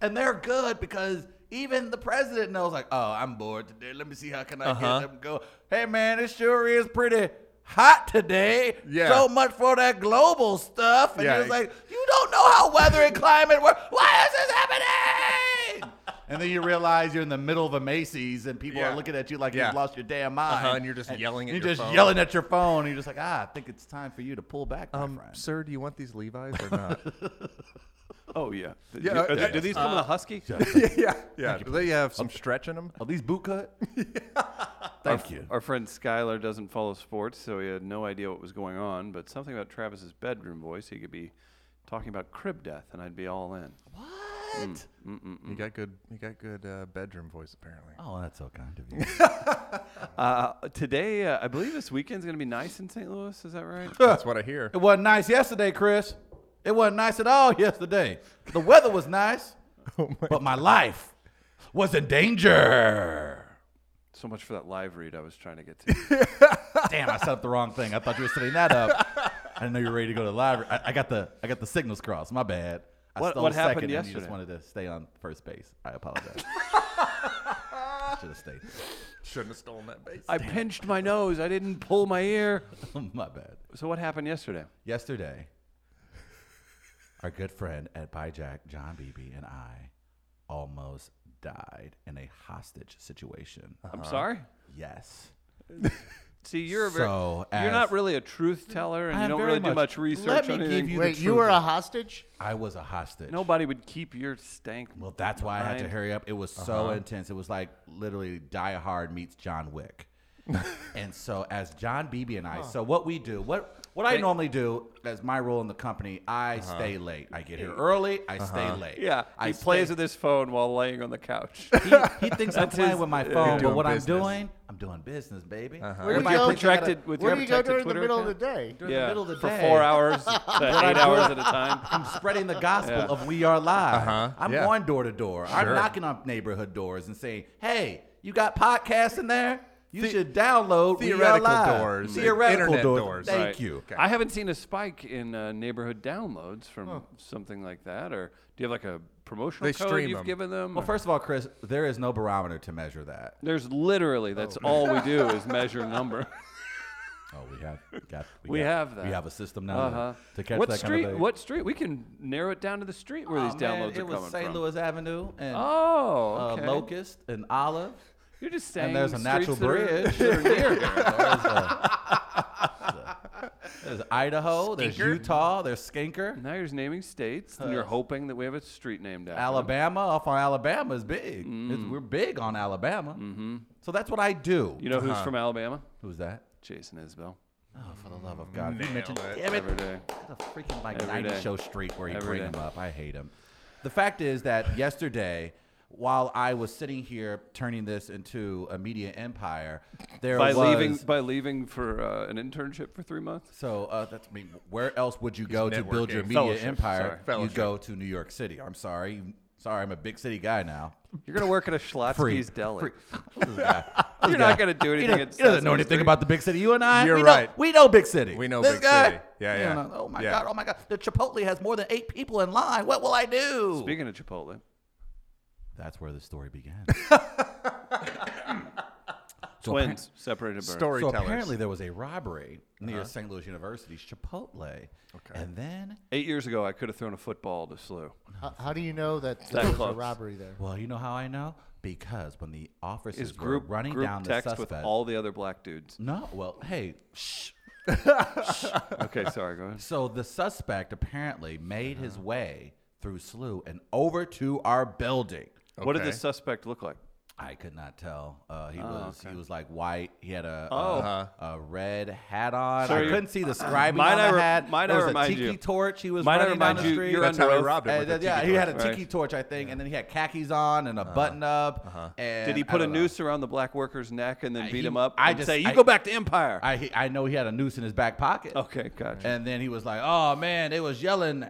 [SPEAKER 1] and they're good because even the president knows, like, oh, I'm bored today. Let me see how can I
[SPEAKER 2] Uh-huh.
[SPEAKER 1] get them go. Hey, man, it sure is pretty hot today.
[SPEAKER 2] Yeah.
[SPEAKER 1] So much for that global stuff. And
[SPEAKER 2] Yeah.
[SPEAKER 1] it's like, you don't know how weather and climate work. Why is this happening? And then you realize you're in the middle of a Macy's and people
[SPEAKER 2] Yeah.
[SPEAKER 1] are looking at you like
[SPEAKER 2] Yeah.
[SPEAKER 1] you've lost your damn mind.
[SPEAKER 2] Uh-huh, and you're just yelling at
[SPEAKER 1] You're
[SPEAKER 2] your
[SPEAKER 1] just
[SPEAKER 2] phone.
[SPEAKER 1] yelling at your phone. And you're just like, ah, I think it's time for you to pull back, my
[SPEAKER 2] Um,
[SPEAKER 1] friend.
[SPEAKER 2] sir, do you want these Levi's or not?
[SPEAKER 3] Oh, yeah. Th-
[SPEAKER 2] Yeah,
[SPEAKER 3] do, are
[SPEAKER 2] uh,
[SPEAKER 3] they- do these come in a husky?
[SPEAKER 2] yeah, yeah. Do they have some stretch in them?
[SPEAKER 1] Are these boot cut? Thank you.
[SPEAKER 3] Our friend Skylar doesn't follow sports, so he had no idea what was going on, but something about Travis's bedroom voice, he could be talking about crib death, and I'd be all in.
[SPEAKER 1] What?
[SPEAKER 2] You
[SPEAKER 1] Mm.
[SPEAKER 2] got good. You got good uh, bedroom voice apparently.
[SPEAKER 1] Oh, that's so kind of you.
[SPEAKER 3] Uh, today, uh, I believe this weekend's going to be nice in St. Louis. Is that right?
[SPEAKER 2] That's what I hear.
[SPEAKER 1] It wasn't nice yesterday, Chris. It wasn't nice at all yesterday. The weather was nice, but Oh my life was in danger.
[SPEAKER 3] So much for that live read I was trying to get to.
[SPEAKER 1] Damn, I set up the wrong thing. I thought you were setting that up. I didn't know you were ready to go to the library. I, I got the I got the signals crossed. My bad. I
[SPEAKER 3] What-
[SPEAKER 1] stole
[SPEAKER 3] what happened
[SPEAKER 1] second and you
[SPEAKER 3] yesterday?
[SPEAKER 1] just wanted to stay on first base. I apologize. Should have stayed.
[SPEAKER 2] Shouldn't have stolen that base.
[SPEAKER 3] I pinched my nose. I didn't pull my ear.
[SPEAKER 1] my bad.
[SPEAKER 3] So what happened yesterday?
[SPEAKER 1] Yesterday, our good friend at Jack, John Beebe, and I almost died in a hostage situation.
[SPEAKER 3] I'm sorry.
[SPEAKER 1] Yes.
[SPEAKER 3] See, you're a very,
[SPEAKER 1] So,
[SPEAKER 3] you're not
[SPEAKER 1] as-
[SPEAKER 3] really a truth teller, and
[SPEAKER 1] I
[SPEAKER 3] you
[SPEAKER 1] am
[SPEAKER 3] don't
[SPEAKER 1] very
[SPEAKER 3] really do
[SPEAKER 1] much-
[SPEAKER 3] much research
[SPEAKER 1] Let me
[SPEAKER 3] on
[SPEAKER 1] give
[SPEAKER 3] anything.
[SPEAKER 1] you-
[SPEAKER 4] Wait,
[SPEAKER 1] the
[SPEAKER 4] you
[SPEAKER 1] truth.
[SPEAKER 4] were a hostage?
[SPEAKER 1] I was a hostage.
[SPEAKER 3] Nobody would keep your stank.
[SPEAKER 1] Well, that's why I had to
[SPEAKER 3] Right. Uh-huh.
[SPEAKER 1] hurry up. It was so intense. It was like literally Die Hard meets John Wick. and so, as John Beebe and I, so what we do, what what I normally do as my role in the company, I stay late. I get here early. I stay late.
[SPEAKER 3] Uh-huh. Yeah,
[SPEAKER 1] I
[SPEAKER 3] he
[SPEAKER 1] stay-
[SPEAKER 3] plays with his phone while laying on the couch.
[SPEAKER 1] He, he thinks I'm playing with my phone, but
[SPEAKER 2] doing
[SPEAKER 1] what
[SPEAKER 2] business.
[SPEAKER 1] I'm doing, I'm doing business, baby.
[SPEAKER 3] Uh-huh.
[SPEAKER 4] Where
[SPEAKER 1] If
[SPEAKER 4] do
[SPEAKER 1] I
[SPEAKER 4] you go?
[SPEAKER 1] think I gotta-
[SPEAKER 3] Protected with
[SPEAKER 4] Where
[SPEAKER 3] your
[SPEAKER 4] do you go
[SPEAKER 3] protected
[SPEAKER 4] during the
[SPEAKER 3] Twitter
[SPEAKER 4] middle
[SPEAKER 3] account?
[SPEAKER 4] of the day?
[SPEAKER 1] during the middle of the
[SPEAKER 3] for
[SPEAKER 1] day.
[SPEAKER 3] four hours, to eight hours at a time.
[SPEAKER 1] I'm spreading the gospel of We Are Live.
[SPEAKER 2] Uh-huh,
[SPEAKER 1] I'm
[SPEAKER 2] yeah.
[SPEAKER 1] going door to door. I'm
[SPEAKER 2] Sure.
[SPEAKER 1] knocking on neighborhood doors and saying, "Hey, you got podcasts in there? You should download
[SPEAKER 2] theoretical
[SPEAKER 1] we Are Live.
[SPEAKER 2] doors, like
[SPEAKER 1] theoretical
[SPEAKER 2] internet
[SPEAKER 1] doors.
[SPEAKER 2] doors.
[SPEAKER 1] Thank
[SPEAKER 3] Right.
[SPEAKER 1] you.
[SPEAKER 3] I haven't seen a spike in uh, neighborhood downloads from something like that. Or do you have like a promotional
[SPEAKER 2] They
[SPEAKER 3] code
[SPEAKER 2] stream
[SPEAKER 3] you've
[SPEAKER 2] 'em.
[SPEAKER 3] given them?
[SPEAKER 1] Well,
[SPEAKER 3] or-
[SPEAKER 1] first of all, Chris, there is no barometer to measure that.
[SPEAKER 3] There's literally that's all we do is measure number.
[SPEAKER 1] Oh, we have got.
[SPEAKER 3] We
[SPEAKER 1] got-
[SPEAKER 3] have that.
[SPEAKER 1] We have a system now
[SPEAKER 3] Uh-huh.
[SPEAKER 1] to catch
[SPEAKER 3] what
[SPEAKER 1] that
[SPEAKER 3] street?
[SPEAKER 1] kind of thing.
[SPEAKER 3] What street? We can narrow it down to the street where
[SPEAKER 1] Oh,
[SPEAKER 3] these
[SPEAKER 1] man,
[SPEAKER 3] downloads
[SPEAKER 1] it
[SPEAKER 3] are
[SPEAKER 1] was
[SPEAKER 3] coming
[SPEAKER 1] St.
[SPEAKER 3] from.
[SPEAKER 1] Louis Avenue and
[SPEAKER 3] Oh,
[SPEAKER 1] uh,
[SPEAKER 3] okay.
[SPEAKER 1] Locust and Olive.
[SPEAKER 3] You're just saying.
[SPEAKER 1] And there's a
[SPEAKER 3] streets
[SPEAKER 1] natural
[SPEAKER 3] that are-
[SPEAKER 1] bridge.
[SPEAKER 3] that are near here.
[SPEAKER 1] There's, uh, there's Idaho. There's Utah. There's Skinker.
[SPEAKER 3] Now you're just naming states, and you're hoping that we have a street named after. them.
[SPEAKER 1] Alabama off on Alabama is big. It's, we're big on Alabama. Mm-hmm. So that's what I do.
[SPEAKER 3] Mm. You know who's from Alabama?
[SPEAKER 1] Who's that?
[SPEAKER 3] Jason Isbell.
[SPEAKER 1] Oh, for the love of God. You
[SPEAKER 2] Nailed
[SPEAKER 1] mentioned
[SPEAKER 2] it.
[SPEAKER 1] damn it.
[SPEAKER 3] Every day.
[SPEAKER 1] The freaking like
[SPEAKER 3] Every
[SPEAKER 1] 90
[SPEAKER 3] day.
[SPEAKER 1] show streak where you
[SPEAKER 3] Every
[SPEAKER 1] bring
[SPEAKER 3] day.
[SPEAKER 1] him up. I hate him. The fact is that yesterday, while I was sitting here turning this into a media empire, there
[SPEAKER 3] By
[SPEAKER 1] was
[SPEAKER 3] leaving, by leaving for uh, an internship for three months.
[SPEAKER 1] So uh, that's I mean, where else would you go to build your
[SPEAKER 2] networking.
[SPEAKER 1] media
[SPEAKER 3] Fellowship, sorry.
[SPEAKER 1] empire? You
[SPEAKER 2] Fellowship.
[SPEAKER 1] go to New York City. I'm sorry. Sorry, I'm a big city guy now.
[SPEAKER 3] You're gonna work at a Schlotsky's deli.
[SPEAKER 1] Free. This guy. This
[SPEAKER 3] You're
[SPEAKER 1] guy.
[SPEAKER 3] not gonna do
[SPEAKER 1] He
[SPEAKER 3] anything.
[SPEAKER 1] doesn't,
[SPEAKER 3] at
[SPEAKER 1] he doesn't know
[SPEAKER 3] Sesame
[SPEAKER 1] anything
[SPEAKER 3] Street.
[SPEAKER 1] about the big city. You and I,
[SPEAKER 2] You're
[SPEAKER 1] we Know,
[SPEAKER 2] right.
[SPEAKER 1] we know big city.
[SPEAKER 2] We know
[SPEAKER 1] this
[SPEAKER 2] big
[SPEAKER 1] guy,
[SPEAKER 2] city. Yeah,
[SPEAKER 1] you
[SPEAKER 2] yeah.
[SPEAKER 1] know, oh my
[SPEAKER 2] Yeah.
[SPEAKER 1] god! Oh my god! The Chipotle has more than eight people in line. What will I do?
[SPEAKER 3] Speaking of Chipotle,
[SPEAKER 1] That's where the story began. so appar-
[SPEAKER 3] twins separated by birth.
[SPEAKER 2] Story-
[SPEAKER 1] so
[SPEAKER 2] Storytellers. Uh-huh.
[SPEAKER 1] apparently there was a robbery near St. Louis University's Chipotle, and then
[SPEAKER 3] Eight years ago, I could have thrown a football to Slew.
[SPEAKER 4] How, how do you know that
[SPEAKER 3] That
[SPEAKER 4] there was a
[SPEAKER 3] close.
[SPEAKER 4] robbery there?
[SPEAKER 1] well, you know how I know because when the officers
[SPEAKER 3] Is group
[SPEAKER 1] were running
[SPEAKER 3] group
[SPEAKER 1] down the
[SPEAKER 3] text
[SPEAKER 1] suspect,
[SPEAKER 3] with all the other black dudes.
[SPEAKER 1] no, well, hey, shh.
[SPEAKER 3] Okay, sorry, go ahead.
[SPEAKER 1] So the suspect apparently made
[SPEAKER 3] Uh-huh.
[SPEAKER 1] his way through Slough and over to our building.
[SPEAKER 3] What did the
[SPEAKER 2] Okay.
[SPEAKER 3] suspect look like?
[SPEAKER 1] I could not tell. Uh, he was he was like white. He had a
[SPEAKER 3] Oh.
[SPEAKER 1] a, a red hat on.
[SPEAKER 3] So
[SPEAKER 1] I
[SPEAKER 3] you're-
[SPEAKER 1] couldn't see the scribing
[SPEAKER 3] Might
[SPEAKER 1] on
[SPEAKER 3] I
[SPEAKER 1] the
[SPEAKER 3] re-
[SPEAKER 1] hat.
[SPEAKER 3] might I
[SPEAKER 1] there was a
[SPEAKER 3] remind
[SPEAKER 1] tiki
[SPEAKER 3] you-
[SPEAKER 1] torch. He was
[SPEAKER 3] might I
[SPEAKER 1] running down
[SPEAKER 3] remind
[SPEAKER 1] the
[SPEAKER 3] you,
[SPEAKER 1] street.
[SPEAKER 3] you're
[SPEAKER 2] That's how
[SPEAKER 3] under
[SPEAKER 2] he
[SPEAKER 3] oath.
[SPEAKER 2] robbed
[SPEAKER 1] Uh,
[SPEAKER 2] it. With a
[SPEAKER 1] th- yeah,
[SPEAKER 2] tiki
[SPEAKER 1] he had a
[SPEAKER 2] torch.
[SPEAKER 3] Right.
[SPEAKER 1] tiki torch, I think, and then he had khakis on and a button up. And
[SPEAKER 3] Uh-huh. Did he
[SPEAKER 1] I
[SPEAKER 3] put a
[SPEAKER 1] don't know.
[SPEAKER 3] noose around the black worker's neck and then beat
[SPEAKER 1] he-
[SPEAKER 3] him up?
[SPEAKER 1] I
[SPEAKER 3] and
[SPEAKER 1] just-
[SPEAKER 3] say, "You
[SPEAKER 1] I-
[SPEAKER 3] go back to Empire."
[SPEAKER 1] I he- I know he had a noose in his back pocket.
[SPEAKER 3] okay, gotcha.
[SPEAKER 1] And then he was like, "Oh man, they was yelling."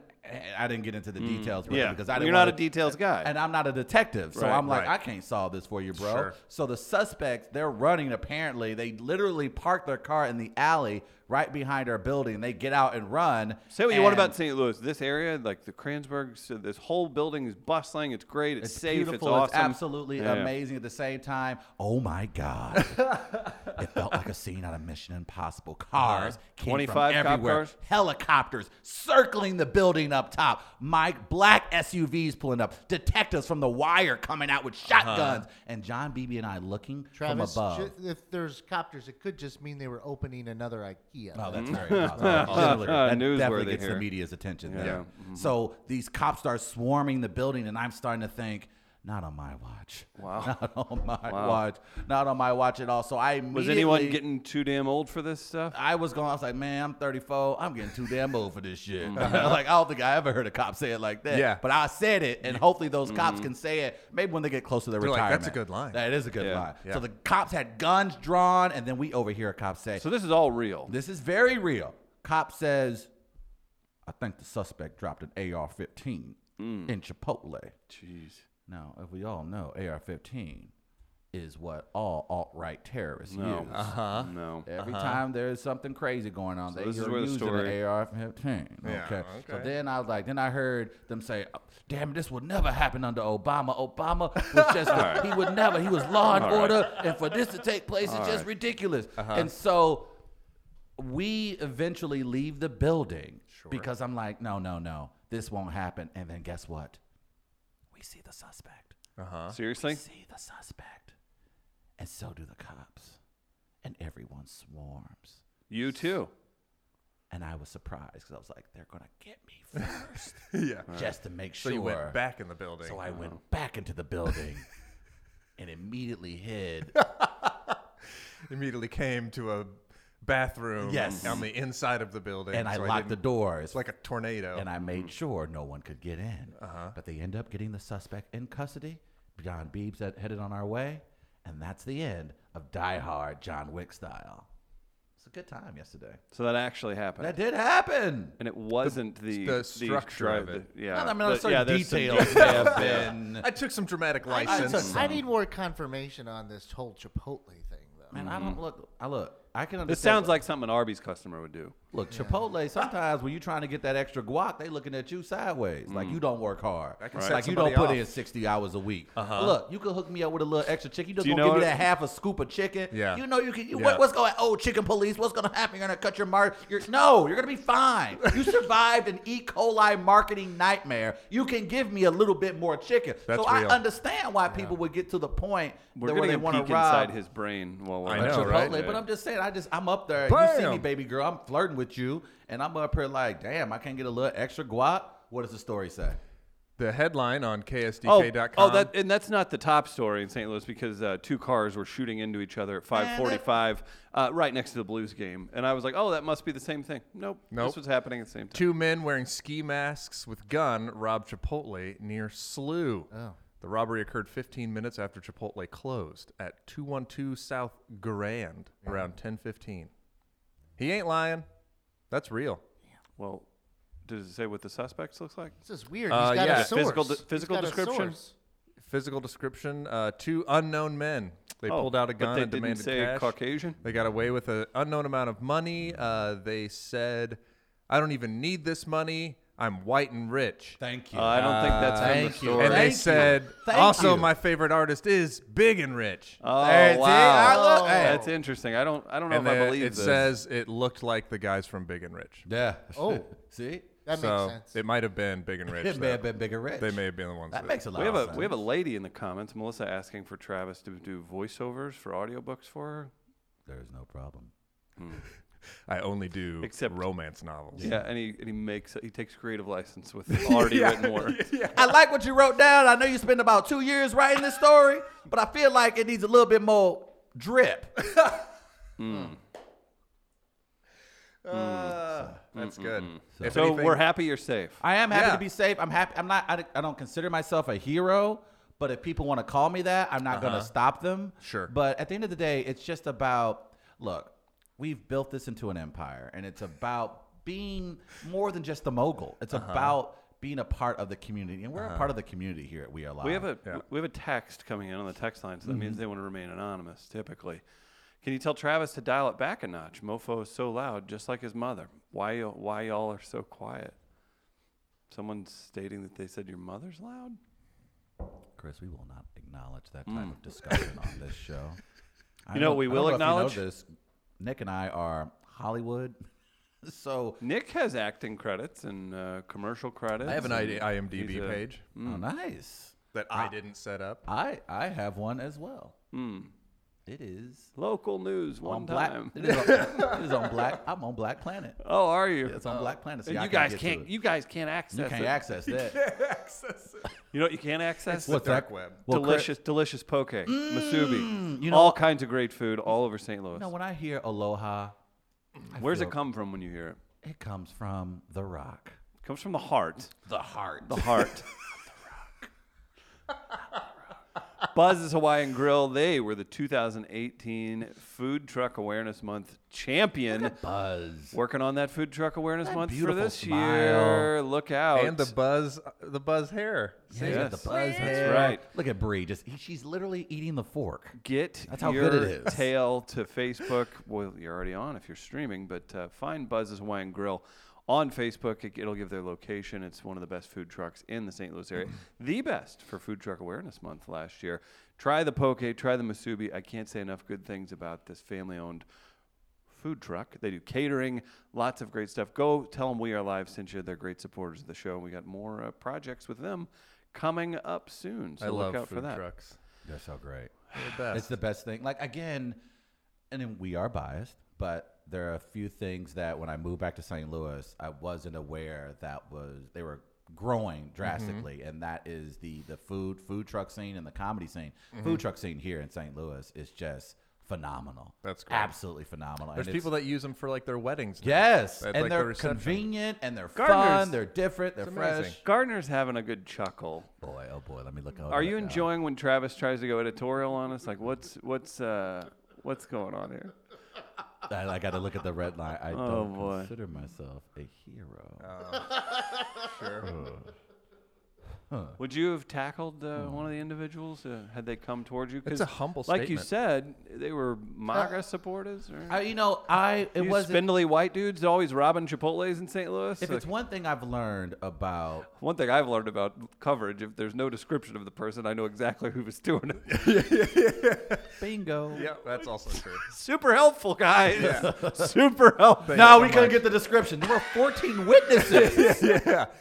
[SPEAKER 1] I didn't get into the details, with it
[SPEAKER 3] Mm. yeah,
[SPEAKER 1] because I
[SPEAKER 3] Well,
[SPEAKER 1] didn't.
[SPEAKER 3] you're not a
[SPEAKER 1] wanna-
[SPEAKER 3] details guy.
[SPEAKER 1] and I'm not a detective, so
[SPEAKER 3] Right,
[SPEAKER 1] I'm like,
[SPEAKER 2] right.
[SPEAKER 1] I can't solve this for you, bro.
[SPEAKER 2] Sure.
[SPEAKER 1] So the suspects, they're running. Apparently, they literally park their car in the alley right behind our building. They get out and run.
[SPEAKER 3] Say what you want
[SPEAKER 1] and
[SPEAKER 3] about St. Louis. This area, like the Kransburg, so this whole building is bustling. It's great. It's,
[SPEAKER 1] It's
[SPEAKER 3] safe.
[SPEAKER 1] beautiful.
[SPEAKER 3] It's awesome.
[SPEAKER 1] absolutely
[SPEAKER 3] Yeah.
[SPEAKER 1] amazing. At the same time, oh my god, it felt like a scene out of Mission Impossible. Cars, came
[SPEAKER 3] 25
[SPEAKER 1] from
[SPEAKER 3] Uh-huh. cop
[SPEAKER 1] everywhere,
[SPEAKER 3] cars?
[SPEAKER 1] helicopters circling the building up top, Mike black SUVs pulling up, detectives from the wire coming out with
[SPEAKER 3] Uh-huh.
[SPEAKER 1] shotguns, and John Beebe and I looking
[SPEAKER 4] Travis,
[SPEAKER 1] from above.
[SPEAKER 4] ju- if there's copters, it could just mean they were opening another IKEA.
[SPEAKER 1] Oh, that's very possible. Literally, that definitely
[SPEAKER 3] Mm-hmm. Uh, Newsworthy
[SPEAKER 1] gets
[SPEAKER 3] here.
[SPEAKER 1] the media's attention. there.
[SPEAKER 3] Yeah.
[SPEAKER 2] Mm-hmm.
[SPEAKER 1] So these cops start swarming the building, and I'm starting to think, not on my watch.
[SPEAKER 3] Wow.
[SPEAKER 1] Not on my watch. Not on my watch at all. So I
[SPEAKER 3] Was anyone
[SPEAKER 1] immediately-
[SPEAKER 3] getting too damn old for this stuff?
[SPEAKER 1] I was going. I was like, man, I'm 34. I'm getting too damn old for this shit.
[SPEAKER 3] Mm-hmm.
[SPEAKER 1] like I don't think I ever heard a cop say it like that.
[SPEAKER 2] Yeah.
[SPEAKER 1] But I said it,
[SPEAKER 3] Mm-hmm.
[SPEAKER 1] and hopefully those cops can say it. Maybe when they get close to their
[SPEAKER 2] They're like,
[SPEAKER 1] retirement.
[SPEAKER 2] "That's a good line."
[SPEAKER 1] That is a good
[SPEAKER 3] Yeah.
[SPEAKER 1] line.
[SPEAKER 2] Yeah.
[SPEAKER 1] So the cops had guns drawn, and then we overhear a cop say,
[SPEAKER 3] So this is all real.
[SPEAKER 1] this is very real. Cop says, I think the suspect dropped an AR 15
[SPEAKER 3] Hmm.
[SPEAKER 1] in Chipotle.
[SPEAKER 3] Jeez.
[SPEAKER 1] Now, if we all know, AR 15 is what all alt right terrorists
[SPEAKER 3] No.
[SPEAKER 1] use.
[SPEAKER 3] Uh-huh. No.
[SPEAKER 1] Every time there's something crazy going on, they
[SPEAKER 3] this is
[SPEAKER 1] are
[SPEAKER 3] where the
[SPEAKER 1] using
[SPEAKER 3] story-
[SPEAKER 1] an AR-15.
[SPEAKER 2] Yeah,
[SPEAKER 1] okay. So
[SPEAKER 2] okay.
[SPEAKER 1] then I was like, then I heard them say, "Oh, "Damn, this would never happen under Obama. Obama was just a, he would never. He was law and order, and for this to take place is just ridiculous."
[SPEAKER 3] Uh-huh.
[SPEAKER 1] And so we eventually leave the building because I'm like, no, no, no, this won't happen. And then guess what? We see the suspect Uh-huh.
[SPEAKER 3] Seriously?
[SPEAKER 1] see the suspect, and so do the cops, and everyone swarms.
[SPEAKER 3] You too.
[SPEAKER 1] And I was surprised because I was like, "They're gonna get me first,
[SPEAKER 2] yeah.
[SPEAKER 1] just to make
[SPEAKER 2] So
[SPEAKER 1] sure."
[SPEAKER 2] you went back uh-huh. in the building.
[SPEAKER 1] So I went back into the building and immediately hid.
[SPEAKER 2] Immediately came to a bathroom
[SPEAKER 1] Yes.
[SPEAKER 2] on the inside of the building.
[SPEAKER 1] and I
[SPEAKER 2] so
[SPEAKER 1] locked the
[SPEAKER 2] didn't-
[SPEAKER 1] doors.
[SPEAKER 2] It's like oh, mm. a tornado.
[SPEAKER 1] and I made sure no one could get in.
[SPEAKER 2] Uh-huh.
[SPEAKER 1] But they end up getting the suspect in custody. John Beebs had- headed on our way, and that's the end of Die Hard John Wick style. It's a good time yesterday.
[SPEAKER 3] So that actually happened.
[SPEAKER 1] That did happen.
[SPEAKER 3] and it wasn't the,
[SPEAKER 2] the structure of it.
[SPEAKER 3] the- yeah.
[SPEAKER 1] I mean, there's
[SPEAKER 3] But- yeah,
[SPEAKER 1] certain
[SPEAKER 3] there's some
[SPEAKER 1] details
[SPEAKER 3] detail.
[SPEAKER 1] that have been.
[SPEAKER 2] I took some dramatic
[SPEAKER 4] I,
[SPEAKER 2] license.
[SPEAKER 4] I need more confirmation on this whole Chipotle thing, though.
[SPEAKER 1] Man, I don't look. I look. I can understand.
[SPEAKER 3] This sounds like something an Arby's customer would do.
[SPEAKER 1] look
[SPEAKER 2] Ah.
[SPEAKER 1] Chipotle. Sometimes when you're trying to get that extra guac, they looking at you sideways, like you don't work hard,
[SPEAKER 2] Mm. can set
[SPEAKER 1] like you don't
[SPEAKER 2] somebody
[SPEAKER 1] put
[SPEAKER 2] off. Uh-huh.
[SPEAKER 1] in 60 hours a week. Look, you could hook me up with a little extra chicken. You just
[SPEAKER 3] Do you
[SPEAKER 1] gonna give
[SPEAKER 3] know
[SPEAKER 1] me
[SPEAKER 3] it-
[SPEAKER 1] that half a scoop of chicken.
[SPEAKER 2] Yeah.
[SPEAKER 1] You know you can. You,
[SPEAKER 2] Yeah.
[SPEAKER 1] what, what's going? Oh, chicken police. What's gonna happen? You're gonna cut your mark. You're no. You're gonna be fine. You survived an E. coli marketing nightmare. You can give me a little bit more chicken.
[SPEAKER 2] That's
[SPEAKER 1] so
[SPEAKER 2] real.
[SPEAKER 1] I understand why people would get to the point
[SPEAKER 3] We're
[SPEAKER 1] that where
[SPEAKER 3] getting
[SPEAKER 1] they
[SPEAKER 3] a
[SPEAKER 1] want to
[SPEAKER 3] peek
[SPEAKER 1] rob.
[SPEAKER 3] inside his brain while we're
[SPEAKER 2] I
[SPEAKER 3] on
[SPEAKER 2] know,
[SPEAKER 3] Chipotle,
[SPEAKER 2] right?
[SPEAKER 1] Chipotle, but I'm just saying, I just I'm up there. You see me,
[SPEAKER 2] Bam!
[SPEAKER 1] baby girl. I'm flirting with you, and I'm up here like, damn, I can't get a little extra guap. What does the story say?
[SPEAKER 2] the headline on
[SPEAKER 3] Oh,
[SPEAKER 2] KSDK.com.
[SPEAKER 3] oh, that and that's not the top story in St. Louis because uh, two cars were shooting into each other at 5:45, uh, right next to the Blues game, and I was like, "Oh, that must be the same thing." Nope, this
[SPEAKER 2] Nope.
[SPEAKER 3] was happening at the same time.
[SPEAKER 2] Two men wearing ski masks with gun robbed Chipotle near Slough.
[SPEAKER 3] Oh.
[SPEAKER 2] The robbery occurred 15 minutes after Chipotle closed at 212 South Grand around 10:15. He ain't lying. That's real.
[SPEAKER 3] Well, does it say what the suspects looks like?
[SPEAKER 4] This is weird.
[SPEAKER 2] Uh,
[SPEAKER 4] He's got
[SPEAKER 2] yeah.
[SPEAKER 4] a source.
[SPEAKER 3] Physical de-
[SPEAKER 4] He's
[SPEAKER 3] physical
[SPEAKER 4] got a
[SPEAKER 3] description?
[SPEAKER 4] source.
[SPEAKER 2] Physical description: uh, two unknown men. They
[SPEAKER 3] Oh,
[SPEAKER 2] pulled out a
[SPEAKER 3] but
[SPEAKER 2] gun
[SPEAKER 3] they
[SPEAKER 2] and
[SPEAKER 3] didn't
[SPEAKER 2] demanded
[SPEAKER 3] say
[SPEAKER 2] cash.
[SPEAKER 3] Caucasian?
[SPEAKER 2] They got away with an unknown amount of money. Uh, they said, "I don't even need this money. I'm white and rich."
[SPEAKER 1] Thank you.
[SPEAKER 3] Uh, I don't think that's from the
[SPEAKER 1] Thank you.
[SPEAKER 3] story.
[SPEAKER 2] and they
[SPEAKER 1] Thank you.
[SPEAKER 2] said,
[SPEAKER 1] Thank
[SPEAKER 2] "Also,
[SPEAKER 1] you.
[SPEAKER 2] my favorite artist is Big and Rich."
[SPEAKER 3] Oh
[SPEAKER 1] There, see? I
[SPEAKER 3] wow,
[SPEAKER 1] look- hey.
[SPEAKER 3] that's interesting. I don't, I don't know
[SPEAKER 2] and
[SPEAKER 3] if
[SPEAKER 2] then
[SPEAKER 3] I believe
[SPEAKER 2] it
[SPEAKER 3] this.
[SPEAKER 2] says it looked like the guys from Big and Rich.
[SPEAKER 1] yeah.
[SPEAKER 4] Oh.
[SPEAKER 1] see,
[SPEAKER 4] That
[SPEAKER 2] so
[SPEAKER 4] makes sense.
[SPEAKER 2] it might have been Big and Rich.
[SPEAKER 1] it may
[SPEAKER 2] that-
[SPEAKER 1] have been bigger rich.
[SPEAKER 2] They may have been the ones.
[SPEAKER 1] That
[SPEAKER 2] That
[SPEAKER 1] makes a lot.
[SPEAKER 3] we have
[SPEAKER 1] of
[SPEAKER 3] a
[SPEAKER 1] sense.
[SPEAKER 3] we have a lady in the comments, Melissa, asking for Travis to do voiceovers for audiobooks for her.
[SPEAKER 1] There's no problem.
[SPEAKER 2] I only do
[SPEAKER 3] Except-
[SPEAKER 2] romance novels.
[SPEAKER 3] Yeah, and he and he makes he takes creative license with already written work.
[SPEAKER 1] I like what you wrote down. I know you spent about two years writing this story, but I feel like it needs a little bit more drip.
[SPEAKER 2] Uh, that's good. If
[SPEAKER 3] So
[SPEAKER 2] anything-
[SPEAKER 3] we're happy you're safe.
[SPEAKER 1] I am happy
[SPEAKER 2] Yeah.
[SPEAKER 1] to be safe. I'm happy. I'm not. I, I don't consider myself a hero, but if people want to call me that, I'm not
[SPEAKER 3] Uh-huh.
[SPEAKER 1] going to stop them.
[SPEAKER 2] Sure.
[SPEAKER 1] But at the end of the day, it's just about look. We've built this into an empire, and it's about being more than just the mogul. It's
[SPEAKER 3] Uh-huh.
[SPEAKER 1] about being a part of the community, and we're a part of the community here at We Are Live.
[SPEAKER 3] We have a
[SPEAKER 2] Yeah. Mm-hmm.
[SPEAKER 3] we have a text coming in on the text line, so that means they want to remain anonymous. Typically, can you tell Travis to dial it back a notch? Mofo is so loud, just like his mother. Why y'all- why y'all are so quiet? Someone's stating that they said your mother's loud.
[SPEAKER 1] Chris, we will not acknowledge that type of discussion on this show. I
[SPEAKER 3] Mm. You know
[SPEAKER 1] don't-
[SPEAKER 3] what we
[SPEAKER 1] I don't
[SPEAKER 3] will
[SPEAKER 1] know if you know
[SPEAKER 3] acknowledge?
[SPEAKER 1] this. Nick and I are Hollywood, so
[SPEAKER 3] Nick has acting credits and uh, commercial credits.
[SPEAKER 2] I have an
[SPEAKER 3] and
[SPEAKER 2] ID- IMDb
[SPEAKER 3] he's a-
[SPEAKER 2] page
[SPEAKER 1] oh, nice.
[SPEAKER 2] that I didn't set up.
[SPEAKER 1] I I have one as well. It is
[SPEAKER 3] Local news Hmm. one
[SPEAKER 1] on black.
[SPEAKER 3] time.
[SPEAKER 1] It is on, it is on black. I'm on Black Planet.
[SPEAKER 3] Oh, are you?
[SPEAKER 1] It's on Black Planet. So
[SPEAKER 3] And
[SPEAKER 1] y'all
[SPEAKER 3] you guys
[SPEAKER 1] get to
[SPEAKER 3] can't.
[SPEAKER 1] it.
[SPEAKER 3] You guys can't access.
[SPEAKER 1] You can't
[SPEAKER 3] it.
[SPEAKER 1] access that.
[SPEAKER 3] You know what you can't access.
[SPEAKER 2] What's the dark web.
[SPEAKER 1] Well, Chris-
[SPEAKER 3] delicious, delicious poke, masubi,
[SPEAKER 1] Mm, you know-
[SPEAKER 3] all kinds of great food all over St. Louis.
[SPEAKER 1] You know, when I hear Aloha,
[SPEAKER 3] Where's it
[SPEAKER 1] feel-
[SPEAKER 3] come from when you hear it?
[SPEAKER 1] it comes from The Rock.
[SPEAKER 3] It comes from the heart.
[SPEAKER 1] The heart.
[SPEAKER 3] The heart. Buzz's Hawaiian Grill. They were the 2018 Food Truck Awareness Month champion.
[SPEAKER 1] buzz.
[SPEAKER 3] Working on that Food Truck Awareness
[SPEAKER 1] That
[SPEAKER 3] Month for
[SPEAKER 1] beautiful
[SPEAKER 3] this
[SPEAKER 1] smile.
[SPEAKER 3] year. Look out!
[SPEAKER 2] And the buzz, the buzz hair.
[SPEAKER 1] Yeah, he's got the
[SPEAKER 3] Yes.
[SPEAKER 1] buzz
[SPEAKER 3] That's
[SPEAKER 1] hair.
[SPEAKER 3] right.
[SPEAKER 1] Look at Bree. Just he, she's literally eating the fork.
[SPEAKER 3] get
[SPEAKER 1] That's how
[SPEAKER 3] your
[SPEAKER 1] good it is.
[SPEAKER 3] tail to Facebook. Well, you're already on if you're streaming, but uh, find Buzz's Hawaiian Grill on Facebook. It, it'll give their location. It's one of the best food trucks in the St. Louis area, the best for Food Truck Awareness Month last year. Try the poke, try the masubi. I can't say enough good things about this family-owned food truck. They do catering, lots of great stuff. Go tell them we are live sent you. They're great supporters of the show, and we got more uh, projects with them coming up soon. So
[SPEAKER 2] I love
[SPEAKER 3] look out
[SPEAKER 2] food
[SPEAKER 3] for that.
[SPEAKER 2] trucks.
[SPEAKER 1] They're so great.
[SPEAKER 2] They're the best.
[SPEAKER 1] It's the best thing. Like again, and then we are biased, but there are a few things that when I moved back to St. Louis, I wasn't aware that was they were
[SPEAKER 2] Mm-hmm.
[SPEAKER 1] growing drastically, and that is the the food food truck scene and the comedy scene.
[SPEAKER 2] Mm-hmm.
[SPEAKER 1] Food truck scene here in St. Louis is just phenomenal.
[SPEAKER 2] That's great.
[SPEAKER 1] absolutely phenomenal.
[SPEAKER 2] There's
[SPEAKER 1] and
[SPEAKER 2] people
[SPEAKER 1] That
[SPEAKER 2] that use them for like their weddings. now,
[SPEAKER 1] Yes,
[SPEAKER 2] at,
[SPEAKER 1] and
[SPEAKER 2] like, the
[SPEAKER 1] they're
[SPEAKER 2] reception.
[SPEAKER 1] convenient, and they're
[SPEAKER 3] Gardeners.
[SPEAKER 1] fun, they're different, they're
[SPEAKER 2] amazing.
[SPEAKER 1] fresh.
[SPEAKER 3] Gardner's having a good chuckle.
[SPEAKER 1] Boy, oh boy, let me look.
[SPEAKER 3] Are you enjoying when Travis tries to go editorial on us? Like, what's what's uh, what's going on here?
[SPEAKER 1] I, I got to look at the red line. I
[SPEAKER 2] Oh,
[SPEAKER 1] don't
[SPEAKER 3] boy.
[SPEAKER 1] consider myself a hero.
[SPEAKER 3] Would you have tackled uh, one of the individuals uh, had they come towards you?
[SPEAKER 2] That's
[SPEAKER 3] 'Cause
[SPEAKER 2] Hmm. a humble
[SPEAKER 3] Like you
[SPEAKER 2] statement.
[SPEAKER 3] said, they were MAGA supporters. Or?
[SPEAKER 1] Uh, I, you know, I it
[SPEAKER 3] You
[SPEAKER 1] wasn't.
[SPEAKER 3] spindly white dudes always robbing Chipotle's in St. Louis.
[SPEAKER 1] if
[SPEAKER 3] Like,
[SPEAKER 1] it's one thing I've learned about,
[SPEAKER 3] one thing I've learned about coverage, if there's no description of the person, I know exactly who was doing it.
[SPEAKER 1] bingo.
[SPEAKER 2] Yeah, that's also true.
[SPEAKER 3] Super helpful, guys. Super helpful.
[SPEAKER 2] Thank
[SPEAKER 1] No,
[SPEAKER 2] you
[SPEAKER 1] we
[SPEAKER 2] so
[SPEAKER 1] couldn't
[SPEAKER 2] much.
[SPEAKER 1] get the description. There were 14 witnesses.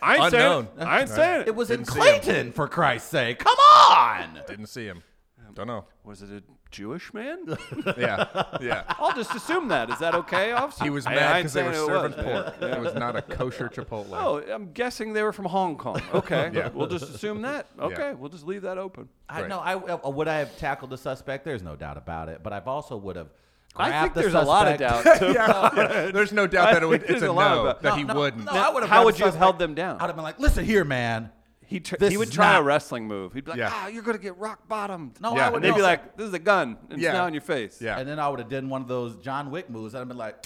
[SPEAKER 3] I ain't saying
[SPEAKER 2] Unknown.
[SPEAKER 3] it. I ain't saying it.
[SPEAKER 1] It was in
[SPEAKER 2] Didn't see 'em.
[SPEAKER 1] Clayton, for Christ's sake. Come on.
[SPEAKER 2] Didn't see him.
[SPEAKER 3] Um,
[SPEAKER 2] Don't know.
[SPEAKER 3] Was it a Jewish man?
[SPEAKER 2] Yeah, yeah.
[SPEAKER 3] I'll just assume that. Is that okay, officer?
[SPEAKER 2] He was
[SPEAKER 3] I-
[SPEAKER 2] mad
[SPEAKER 3] I ain't
[SPEAKER 2] because they were
[SPEAKER 3] saying it
[SPEAKER 2] serving
[SPEAKER 3] was.
[SPEAKER 2] pork. It was not a kosher Chipotle.
[SPEAKER 3] Oh, I'm guessing they were from Hong Kong. Okay,
[SPEAKER 2] Yeah.
[SPEAKER 3] we'll just assume that. Okay, we'll just leave that open.
[SPEAKER 1] I
[SPEAKER 2] Right.
[SPEAKER 1] know. I uh, would I have tackled the suspect. There's no doubt about it. But I've also would have.
[SPEAKER 3] I
[SPEAKER 1] grabbed
[SPEAKER 3] think
[SPEAKER 1] the
[SPEAKER 3] there's a lot of doubt.
[SPEAKER 1] suspect.
[SPEAKER 3] too.
[SPEAKER 2] Yeah, yeah. There's no doubt that it would,
[SPEAKER 3] I think
[SPEAKER 2] it's a
[SPEAKER 3] there's a lot
[SPEAKER 2] no
[SPEAKER 3] about-
[SPEAKER 2] that
[SPEAKER 1] No,
[SPEAKER 2] he
[SPEAKER 1] no,
[SPEAKER 2] wouldn't.
[SPEAKER 1] No, I would have.
[SPEAKER 3] How
[SPEAKER 1] grabbed
[SPEAKER 3] would
[SPEAKER 1] the
[SPEAKER 3] you have held
[SPEAKER 1] suspect.
[SPEAKER 3] them down?
[SPEAKER 1] I'd have been like, "Listen here, man."
[SPEAKER 3] He tr-
[SPEAKER 1] This
[SPEAKER 3] he would
[SPEAKER 1] is
[SPEAKER 3] try a
[SPEAKER 1] not-
[SPEAKER 3] wrestling move. He'd be like,
[SPEAKER 2] Yeah.
[SPEAKER 3] "Ah, you're gonna get rock bottomed."
[SPEAKER 1] No,
[SPEAKER 2] Yeah.
[SPEAKER 1] I would.
[SPEAKER 3] and they'd be
[SPEAKER 1] no.
[SPEAKER 3] like, "This is a gun, and
[SPEAKER 2] Yeah.
[SPEAKER 3] it's now in your face."
[SPEAKER 2] Yeah.
[SPEAKER 1] and then I would have done one of those John Wick moves. I'd have been like,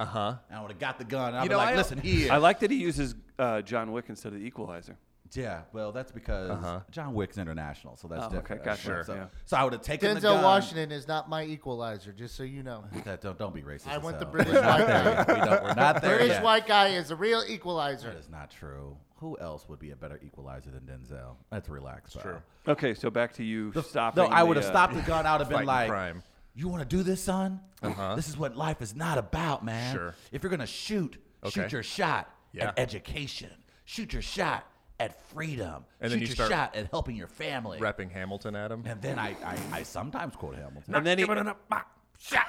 [SPEAKER 2] Uh huh.
[SPEAKER 1] and I would have got the gun. And I'd
[SPEAKER 2] You
[SPEAKER 1] be
[SPEAKER 2] know,
[SPEAKER 1] like,
[SPEAKER 2] I-
[SPEAKER 1] "Listen here."
[SPEAKER 3] Uh-huh. I like that he uses uh, John Wick instead of the Equalizer.
[SPEAKER 1] Yeah, well, that's because
[SPEAKER 2] Uh-huh.
[SPEAKER 1] John Wick's international, so that's
[SPEAKER 3] Oh, okay,
[SPEAKER 1] different.
[SPEAKER 3] gotcha.
[SPEAKER 1] Sure.
[SPEAKER 3] Sure,
[SPEAKER 1] So,
[SPEAKER 3] yeah.
[SPEAKER 1] so I would have taken the
[SPEAKER 4] Denzel
[SPEAKER 1] gun.
[SPEAKER 4] Washington is not my equalizer, just so you know.
[SPEAKER 1] That- don't, don't be racist.
[SPEAKER 4] I
[SPEAKER 1] as
[SPEAKER 4] went the
[SPEAKER 1] hell.
[SPEAKER 4] British
[SPEAKER 1] We're not
[SPEAKER 4] white
[SPEAKER 1] there
[SPEAKER 4] guy.
[SPEAKER 1] yet. We don't- We're not there
[SPEAKER 4] British
[SPEAKER 1] yet.
[SPEAKER 4] white guy is a real
[SPEAKER 1] That
[SPEAKER 4] equalizer.
[SPEAKER 1] is not true. Who else would be a better equalizer than Denzel? Let's relax. That's
[SPEAKER 2] true.
[SPEAKER 3] Okay, so back to you stopping.
[SPEAKER 1] No, I would
[SPEAKER 3] the,
[SPEAKER 1] have
[SPEAKER 3] uh,
[SPEAKER 1] stopped the gun. I would have been
[SPEAKER 2] Fighting
[SPEAKER 1] like,
[SPEAKER 2] crime. Uh-huh.
[SPEAKER 1] "You want to do this, son? This is what life is not about, man.
[SPEAKER 2] Sure.
[SPEAKER 1] If you're gonna shoot,
[SPEAKER 2] Okay.
[SPEAKER 1] shoot your shot
[SPEAKER 2] Yeah.
[SPEAKER 1] at education. Shoot your shot at freedom. shoot
[SPEAKER 2] And then you
[SPEAKER 1] your
[SPEAKER 2] start-
[SPEAKER 1] shot at helping your family."
[SPEAKER 2] Repping Hamilton at him.
[SPEAKER 1] And then I, I, I sometimes quote Hamilton.
[SPEAKER 3] And then he,
[SPEAKER 1] Shot.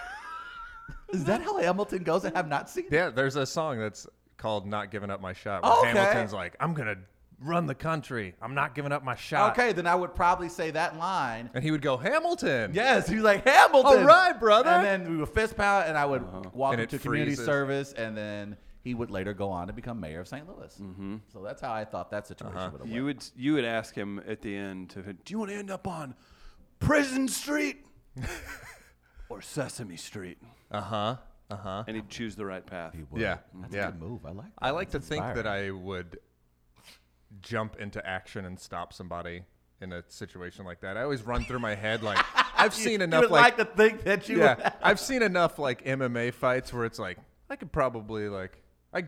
[SPEAKER 1] Is that how Hamilton goes? I have not seen it.
[SPEAKER 2] Yeah, there's a song that's called "Not Giving Up My Shot." Where
[SPEAKER 1] Okay.
[SPEAKER 2] Hamilton's like, "I'm gonna run the country. I'm not giving up my shot."
[SPEAKER 1] Okay, then I would probably say that line.
[SPEAKER 2] And he would go, "Hamilton."
[SPEAKER 1] Yes, he's like Hamilton.
[SPEAKER 2] All right, brother.
[SPEAKER 1] And then we would fist pound, and I would walk
[SPEAKER 2] Uh-huh. And
[SPEAKER 1] him
[SPEAKER 2] it
[SPEAKER 1] to community
[SPEAKER 2] freezes.
[SPEAKER 1] service, and then he would later go on to become mayor of St. Louis. Mm-hmm. So that's how I thought that situation
[SPEAKER 2] Uh-huh.
[SPEAKER 1] would have
[SPEAKER 3] You would you would ask him at the end to do you want to end up on Prison Street or Sesame Street?
[SPEAKER 2] Uh huh. Uh huh.
[SPEAKER 3] And he'd choose the right path.
[SPEAKER 1] went.
[SPEAKER 2] Yeah,
[SPEAKER 1] that's
[SPEAKER 2] yeah.
[SPEAKER 1] a good move. I like. That.
[SPEAKER 2] I like to think that I would jump into action and stop somebody in a situation like that. I always run through my head like, "I've seen
[SPEAKER 1] you
[SPEAKER 2] enough."
[SPEAKER 1] would like, to think that you.
[SPEAKER 2] yeah,
[SPEAKER 1] Would,
[SPEAKER 2] I've seen enough like MMA fights where it's like I could probably like I,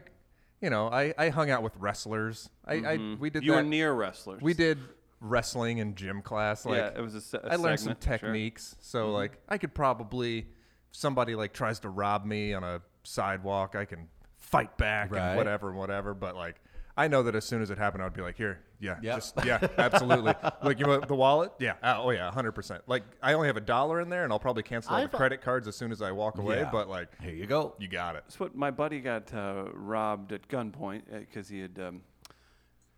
[SPEAKER 2] you know, I I hung out with wrestlers. I,
[SPEAKER 1] Mm-hmm.
[SPEAKER 2] I we did
[SPEAKER 3] You
[SPEAKER 2] that.
[SPEAKER 3] were near wrestlers.
[SPEAKER 2] we did wrestling in gym class. Like
[SPEAKER 3] yeah, it was a se- a
[SPEAKER 2] I learned some
[SPEAKER 3] segment, sure. Mm-hmm.
[SPEAKER 2] techniques. So like I could probably if somebody like tries to rob me on a sidewalk, I can fight back
[SPEAKER 1] Right.
[SPEAKER 2] and whatever and whatever. But like I know that as soon as it happened, I'd be like, here, yeah,
[SPEAKER 1] Yep.
[SPEAKER 2] just yeah, absolutely. like you want the wallet? Yeah, uh, oh yeah, hundred percent. Like I only have a dollar in there, and I'll probably cancel all
[SPEAKER 4] I've-
[SPEAKER 3] uh,
[SPEAKER 2] the credit cards as soon as I walk away.
[SPEAKER 1] Yeah.
[SPEAKER 2] But like
[SPEAKER 1] Here you go.
[SPEAKER 2] you got it.
[SPEAKER 3] That's what my buddy got uh, robbed at gunpoint because he had um,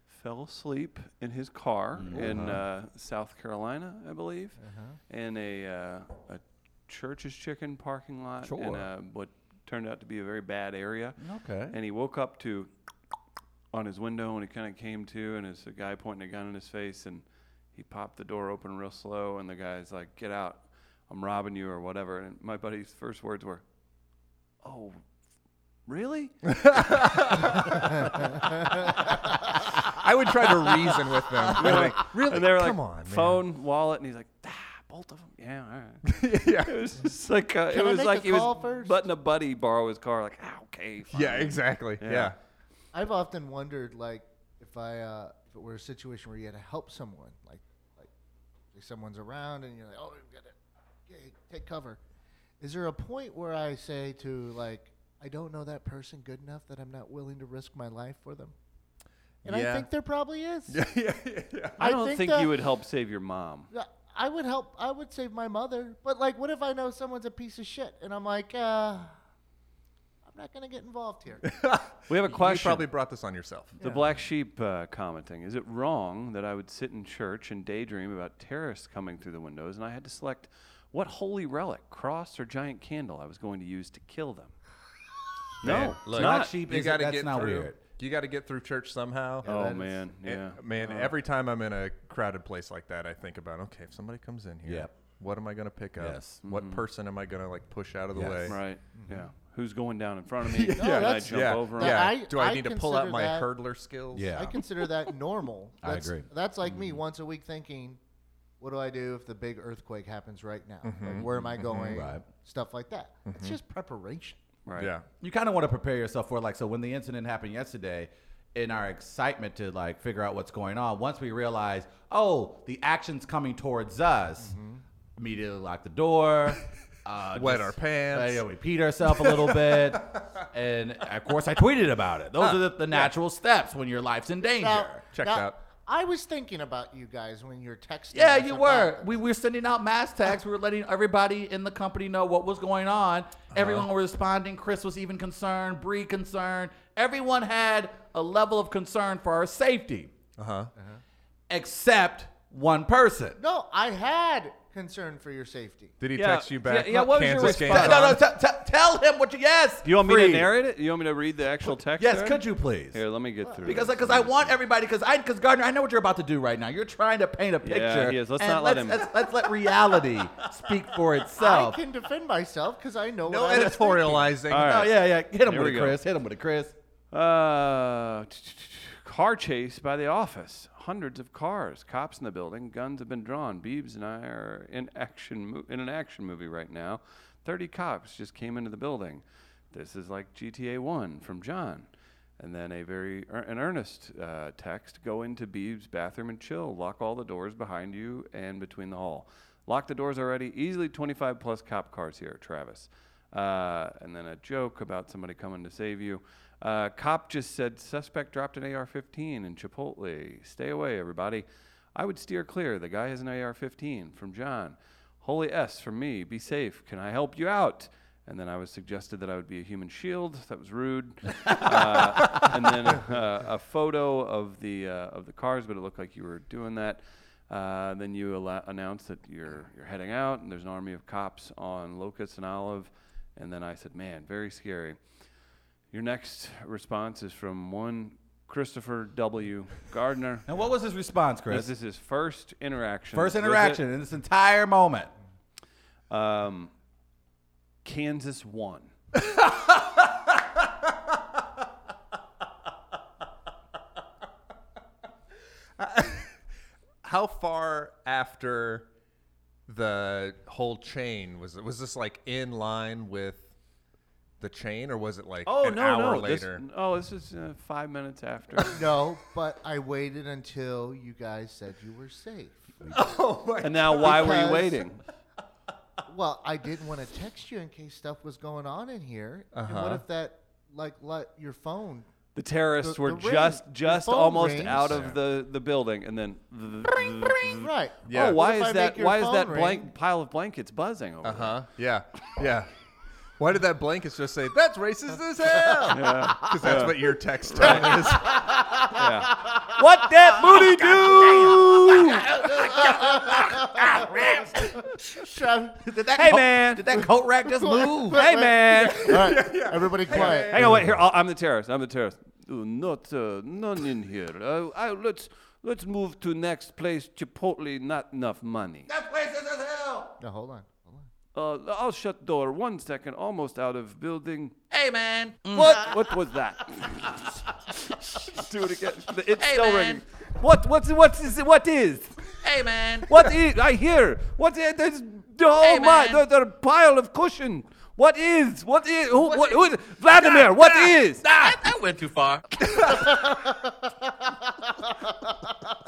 [SPEAKER 3] fell asleep in his car
[SPEAKER 2] Mm-hmm.
[SPEAKER 3] in uh, South Carolina, I believe,
[SPEAKER 2] Uh-huh.
[SPEAKER 3] in a, uh, a church's chicken parking lot in
[SPEAKER 1] Sure.
[SPEAKER 3] uh what turned out to be a very bad area.
[SPEAKER 1] Okay.
[SPEAKER 3] And he woke up to on his window and he kind of came to, and it's a guy pointing a gun in his face, and he popped the door open real slow, and the guy's like, "Get out! I'm robbing you or whatever." And my buddy's first words were, "Oh." Really?
[SPEAKER 2] I would try to reason with them. I'd be like, really?
[SPEAKER 3] And they were
[SPEAKER 2] Come
[SPEAKER 3] like,
[SPEAKER 2] on, man."
[SPEAKER 3] phone, wallet, and he's like, ah, both of them. Yeah, all right.
[SPEAKER 2] yeah.
[SPEAKER 3] it was just like uh, it
[SPEAKER 4] Can I
[SPEAKER 3] was
[SPEAKER 4] make
[SPEAKER 3] like
[SPEAKER 4] a
[SPEAKER 3] he
[SPEAKER 4] call
[SPEAKER 3] was
[SPEAKER 4] first?
[SPEAKER 3] letting a buddy borrow his car. Like, ah, okay, fine.
[SPEAKER 2] Yeah, exactly.
[SPEAKER 3] Yeah.
[SPEAKER 2] yeah.
[SPEAKER 4] I've often wondered, like, if I uh, if it were a situation where you had to help someone, like, like, like someone's around and you're like, oh, we've got to take cover. Is there a point where I say to like, I don't know that person good enough that I'm not willing to risk my life for them? And I
[SPEAKER 2] Yeah.
[SPEAKER 4] think there probably is.
[SPEAKER 2] yeah, yeah, yeah.
[SPEAKER 3] I don't think,
[SPEAKER 4] that-
[SPEAKER 3] you would help save your mom.
[SPEAKER 4] Yeah, I would help. I would save my mother. But like, what if I know someone's a piece of shit and I'm like, uh, I'm not gonna get involved here.
[SPEAKER 3] We have a
[SPEAKER 2] You
[SPEAKER 3] question.
[SPEAKER 2] probably brought this on yourself.
[SPEAKER 3] The black sheep uh, commenting, is it wrong that I would sit in church and daydream about terrorists coming through the windows and I had to select what holy relic, cross or giant candle I was going to use to kill them?
[SPEAKER 2] Man,
[SPEAKER 3] No,
[SPEAKER 2] look,
[SPEAKER 3] it's not.
[SPEAKER 1] Black sheep
[SPEAKER 2] you
[SPEAKER 1] is-
[SPEAKER 2] gotta
[SPEAKER 1] that's
[SPEAKER 2] get
[SPEAKER 1] not
[SPEAKER 2] through.
[SPEAKER 1] weird.
[SPEAKER 2] You got to get through church somehow.
[SPEAKER 3] oh
[SPEAKER 4] that is-
[SPEAKER 3] man, yeah.
[SPEAKER 2] And, man, every time I'm in a crowded place like that, I think about okay, if somebody comes in here,
[SPEAKER 1] Yep.
[SPEAKER 2] what am I gonna pick up?
[SPEAKER 1] Yes.
[SPEAKER 2] What person am I gonna like push out of the
[SPEAKER 1] Yes.
[SPEAKER 2] way?
[SPEAKER 3] Mm-hmm. Right. Yeah. Who's going down in front of me?
[SPEAKER 4] No,
[SPEAKER 3] yeah. I
[SPEAKER 4] that's-
[SPEAKER 3] jump
[SPEAKER 2] yeah,
[SPEAKER 3] over 'em?
[SPEAKER 2] yeah.
[SPEAKER 4] I-
[SPEAKER 2] Do I,
[SPEAKER 4] I
[SPEAKER 2] need to pull out
[SPEAKER 4] consider
[SPEAKER 2] my
[SPEAKER 4] that-
[SPEAKER 2] hurdler skills?
[SPEAKER 1] Yeah.
[SPEAKER 4] I consider that normal.
[SPEAKER 1] I
[SPEAKER 4] That's,
[SPEAKER 1] agree.
[SPEAKER 4] That's like me once a week thinking, what do I do if the big earthquake happens right now? Like, where am I going?
[SPEAKER 1] Right.
[SPEAKER 4] Stuff like that. It's just preparation.
[SPEAKER 3] Right.
[SPEAKER 2] yeah.
[SPEAKER 1] you kind of want to prepare yourself for like so when the incident happened yesterday in our excitement to like figure out what's going on once we realize oh the action's coming towards us immediately lock the door uh,
[SPEAKER 2] Mm-hmm. Wet our pants.
[SPEAKER 1] uh, yeah, we peed ourselves a little bit and of course i tweeted about it those are the, the natural steps when your life's in danger
[SPEAKER 4] Now,
[SPEAKER 2] Check
[SPEAKER 4] now,
[SPEAKER 2] that.
[SPEAKER 4] I was thinking about you guys when you were texting.
[SPEAKER 1] yeah,
[SPEAKER 4] us
[SPEAKER 1] you
[SPEAKER 4] about
[SPEAKER 1] were.
[SPEAKER 4] this.
[SPEAKER 1] We were sending out mass tags. We were letting everybody in the company know what was going on. Everyone was responding. Chris was even concerned. Bree concerned. Everyone had a level of concern for our safety. Uh huh. Except one person.
[SPEAKER 4] no, I had concern for your safety.
[SPEAKER 2] Did he
[SPEAKER 3] Yeah,
[SPEAKER 2] text you back?
[SPEAKER 3] yeah, yeah, what was your
[SPEAKER 2] Kansas game's
[SPEAKER 1] No,
[SPEAKER 3] response?
[SPEAKER 1] no, no.
[SPEAKER 2] on?
[SPEAKER 1] T- t- tell him what you. Yes.
[SPEAKER 3] Do you want me
[SPEAKER 1] Bree.
[SPEAKER 3] to narrate it? You want me to read the actual text?
[SPEAKER 1] Yes.
[SPEAKER 3] there?
[SPEAKER 1] Could you please?
[SPEAKER 3] Here, let me get through.
[SPEAKER 1] Because,
[SPEAKER 3] this.
[SPEAKER 1] because I want everybody, because I, because Gardner, I know what you're about to do right now. You're trying to paint a picture.
[SPEAKER 3] he is. Let's
[SPEAKER 1] and
[SPEAKER 3] not let him-
[SPEAKER 1] Let's, let's let reality speak for itself.
[SPEAKER 4] I can defend myself because I know
[SPEAKER 2] No
[SPEAKER 4] what I was
[SPEAKER 2] editorializing.
[SPEAKER 3] All right.
[SPEAKER 1] Oh yeah, yeah. Hit him
[SPEAKER 3] Here
[SPEAKER 1] with
[SPEAKER 3] we
[SPEAKER 1] it,
[SPEAKER 3] go.
[SPEAKER 1] Chris. Hit him with it, Chris.
[SPEAKER 3] Uh, car chase by the office. Hundreds of cars, cops in the building, guns have been drawn. Beebs and I are in action mo- in an action movie right now. Thirty cops just came into the building. This is like GTA One from John. And then a very ear- an earnest uh, text: Go into Beebs' bathroom and chill. Lock all the doors behind you and between the hall. Lock the doors already. Easily 25 plus cop cars here, Travis. Uh, and then a joke about somebody coming to save you. Uh, cop just said suspect dropped an AR-15 in Chipotle. Stay away, everybody. I would steer clear. The guy has an AR-15 from John. Holy S from me. Be safe. Can I help you out? And then I was suggested that I would be a human shield. That was rude. uh, and then uh, a photo of the uh, of the cars, but it looked like you were doing that. Uh, then you alla- announced that you're you're heading out, and there's an army of cops on Locust and Olive. And then I said, "Man, very scary." Your next response is from one Christopher W. Gardner.
[SPEAKER 1] And what was his response,
[SPEAKER 3] This
[SPEAKER 1] Chris?
[SPEAKER 3] is his first interaction.
[SPEAKER 1] First
[SPEAKER 3] with it.
[SPEAKER 1] interaction in this entire moment.
[SPEAKER 3] Um, Kansas won.
[SPEAKER 2] How far after the whole chain was it? Was this like in line with the chain, or was it like
[SPEAKER 3] Oh
[SPEAKER 2] an
[SPEAKER 3] no
[SPEAKER 2] hour
[SPEAKER 3] no! this-
[SPEAKER 2] later?
[SPEAKER 3] oh, this is uh, five minutes after.
[SPEAKER 4] No, but I waited until you guys said you were safe.
[SPEAKER 2] oh my!
[SPEAKER 3] and now, why were you
[SPEAKER 4] Because-
[SPEAKER 3] waiting?
[SPEAKER 4] Well, I didn't want to text you in case stuff was going on in here. And what if that, like, let your phone?
[SPEAKER 3] The terrorists
[SPEAKER 4] The-
[SPEAKER 3] were
[SPEAKER 4] the ring-
[SPEAKER 3] just
[SPEAKER 4] the
[SPEAKER 3] just
[SPEAKER 4] phone
[SPEAKER 3] almost
[SPEAKER 4] rings.
[SPEAKER 3] out of the, the building, and then.
[SPEAKER 4] Right.
[SPEAKER 2] Yeah.
[SPEAKER 3] Oh,
[SPEAKER 4] What
[SPEAKER 3] why
[SPEAKER 4] if I
[SPEAKER 3] is that?
[SPEAKER 4] make your
[SPEAKER 3] Why is
[SPEAKER 4] phone
[SPEAKER 3] that
[SPEAKER 4] ring?
[SPEAKER 3] blank pile of blankets buzzing over?
[SPEAKER 2] Uh huh. Yeah. Yeah. Why did that blanket just say that's racist as hell? Because that's what your text tone is.
[SPEAKER 3] What that
[SPEAKER 4] Oh,
[SPEAKER 3] booty do? hey man!
[SPEAKER 1] Did that coat rack just move?
[SPEAKER 3] Hey man!
[SPEAKER 4] All right, everybody quiet.
[SPEAKER 3] Hang on, wait here. I'll- I'm the terrorist. I'm the terrorist. Ooh, not uh, none in here. Uh, I, let's let's move to next place. Chipotle, not enough money.
[SPEAKER 1] That place is as hell.
[SPEAKER 4] No, hold on. Hold on.
[SPEAKER 3] Uh, I'll shut door one second. Almost out of building.
[SPEAKER 1] Hey man.
[SPEAKER 3] What? What was that? Do it again. It's
[SPEAKER 1] Hey,
[SPEAKER 3] still
[SPEAKER 1] man.
[SPEAKER 3] ringing. What? What's what is what is?
[SPEAKER 1] Hey man.
[SPEAKER 3] What is? I hear. What is? There's, oh
[SPEAKER 1] Hey,
[SPEAKER 3] my!
[SPEAKER 1] man.
[SPEAKER 3] There's a pile of cushion. What is? What is? Who? What? who is Vladimir. What is?
[SPEAKER 1] That, that went too far.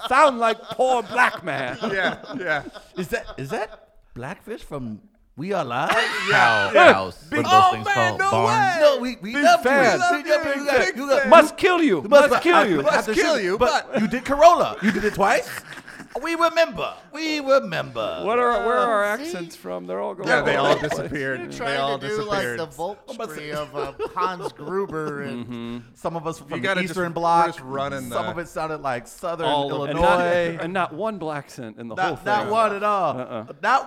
[SPEAKER 3] Sound like poor black man.
[SPEAKER 2] yeah. Yeah.
[SPEAKER 1] Is that is that Blackfish from We Are Live?
[SPEAKER 5] cow house. What are those things called? Barn.
[SPEAKER 1] No, we we
[SPEAKER 2] Big
[SPEAKER 1] love
[SPEAKER 2] fan.
[SPEAKER 1] you. We love you. You got- you got-
[SPEAKER 3] Must kill you. Must,
[SPEAKER 1] but- I-
[SPEAKER 3] kill you.
[SPEAKER 1] but I have to
[SPEAKER 2] kill
[SPEAKER 1] say-
[SPEAKER 2] you,
[SPEAKER 1] you did Corolla. You did it twice. We remember. We remember.
[SPEAKER 3] What are? Where are our accents from? They're all going.
[SPEAKER 2] Yeah. They all
[SPEAKER 3] over the place.
[SPEAKER 2] disappeared. Mm-hmm. They
[SPEAKER 4] Trying
[SPEAKER 2] all
[SPEAKER 4] to do like
[SPEAKER 2] disappeared.
[SPEAKER 4] the Volkswagen of uh, Hans Gruber and
[SPEAKER 1] Some of us from
[SPEAKER 2] gotta
[SPEAKER 1] the
[SPEAKER 2] just-
[SPEAKER 1] Eastern
[SPEAKER 2] we're
[SPEAKER 1] Bloc.
[SPEAKER 2] just running
[SPEAKER 1] Some
[SPEAKER 2] the-
[SPEAKER 1] of it sounded like Southern
[SPEAKER 2] All of it.
[SPEAKER 3] And not,
[SPEAKER 1] Illinois.
[SPEAKER 3] and not one black accent in the whole
[SPEAKER 1] not,
[SPEAKER 3] thing.
[SPEAKER 1] not one at all. Not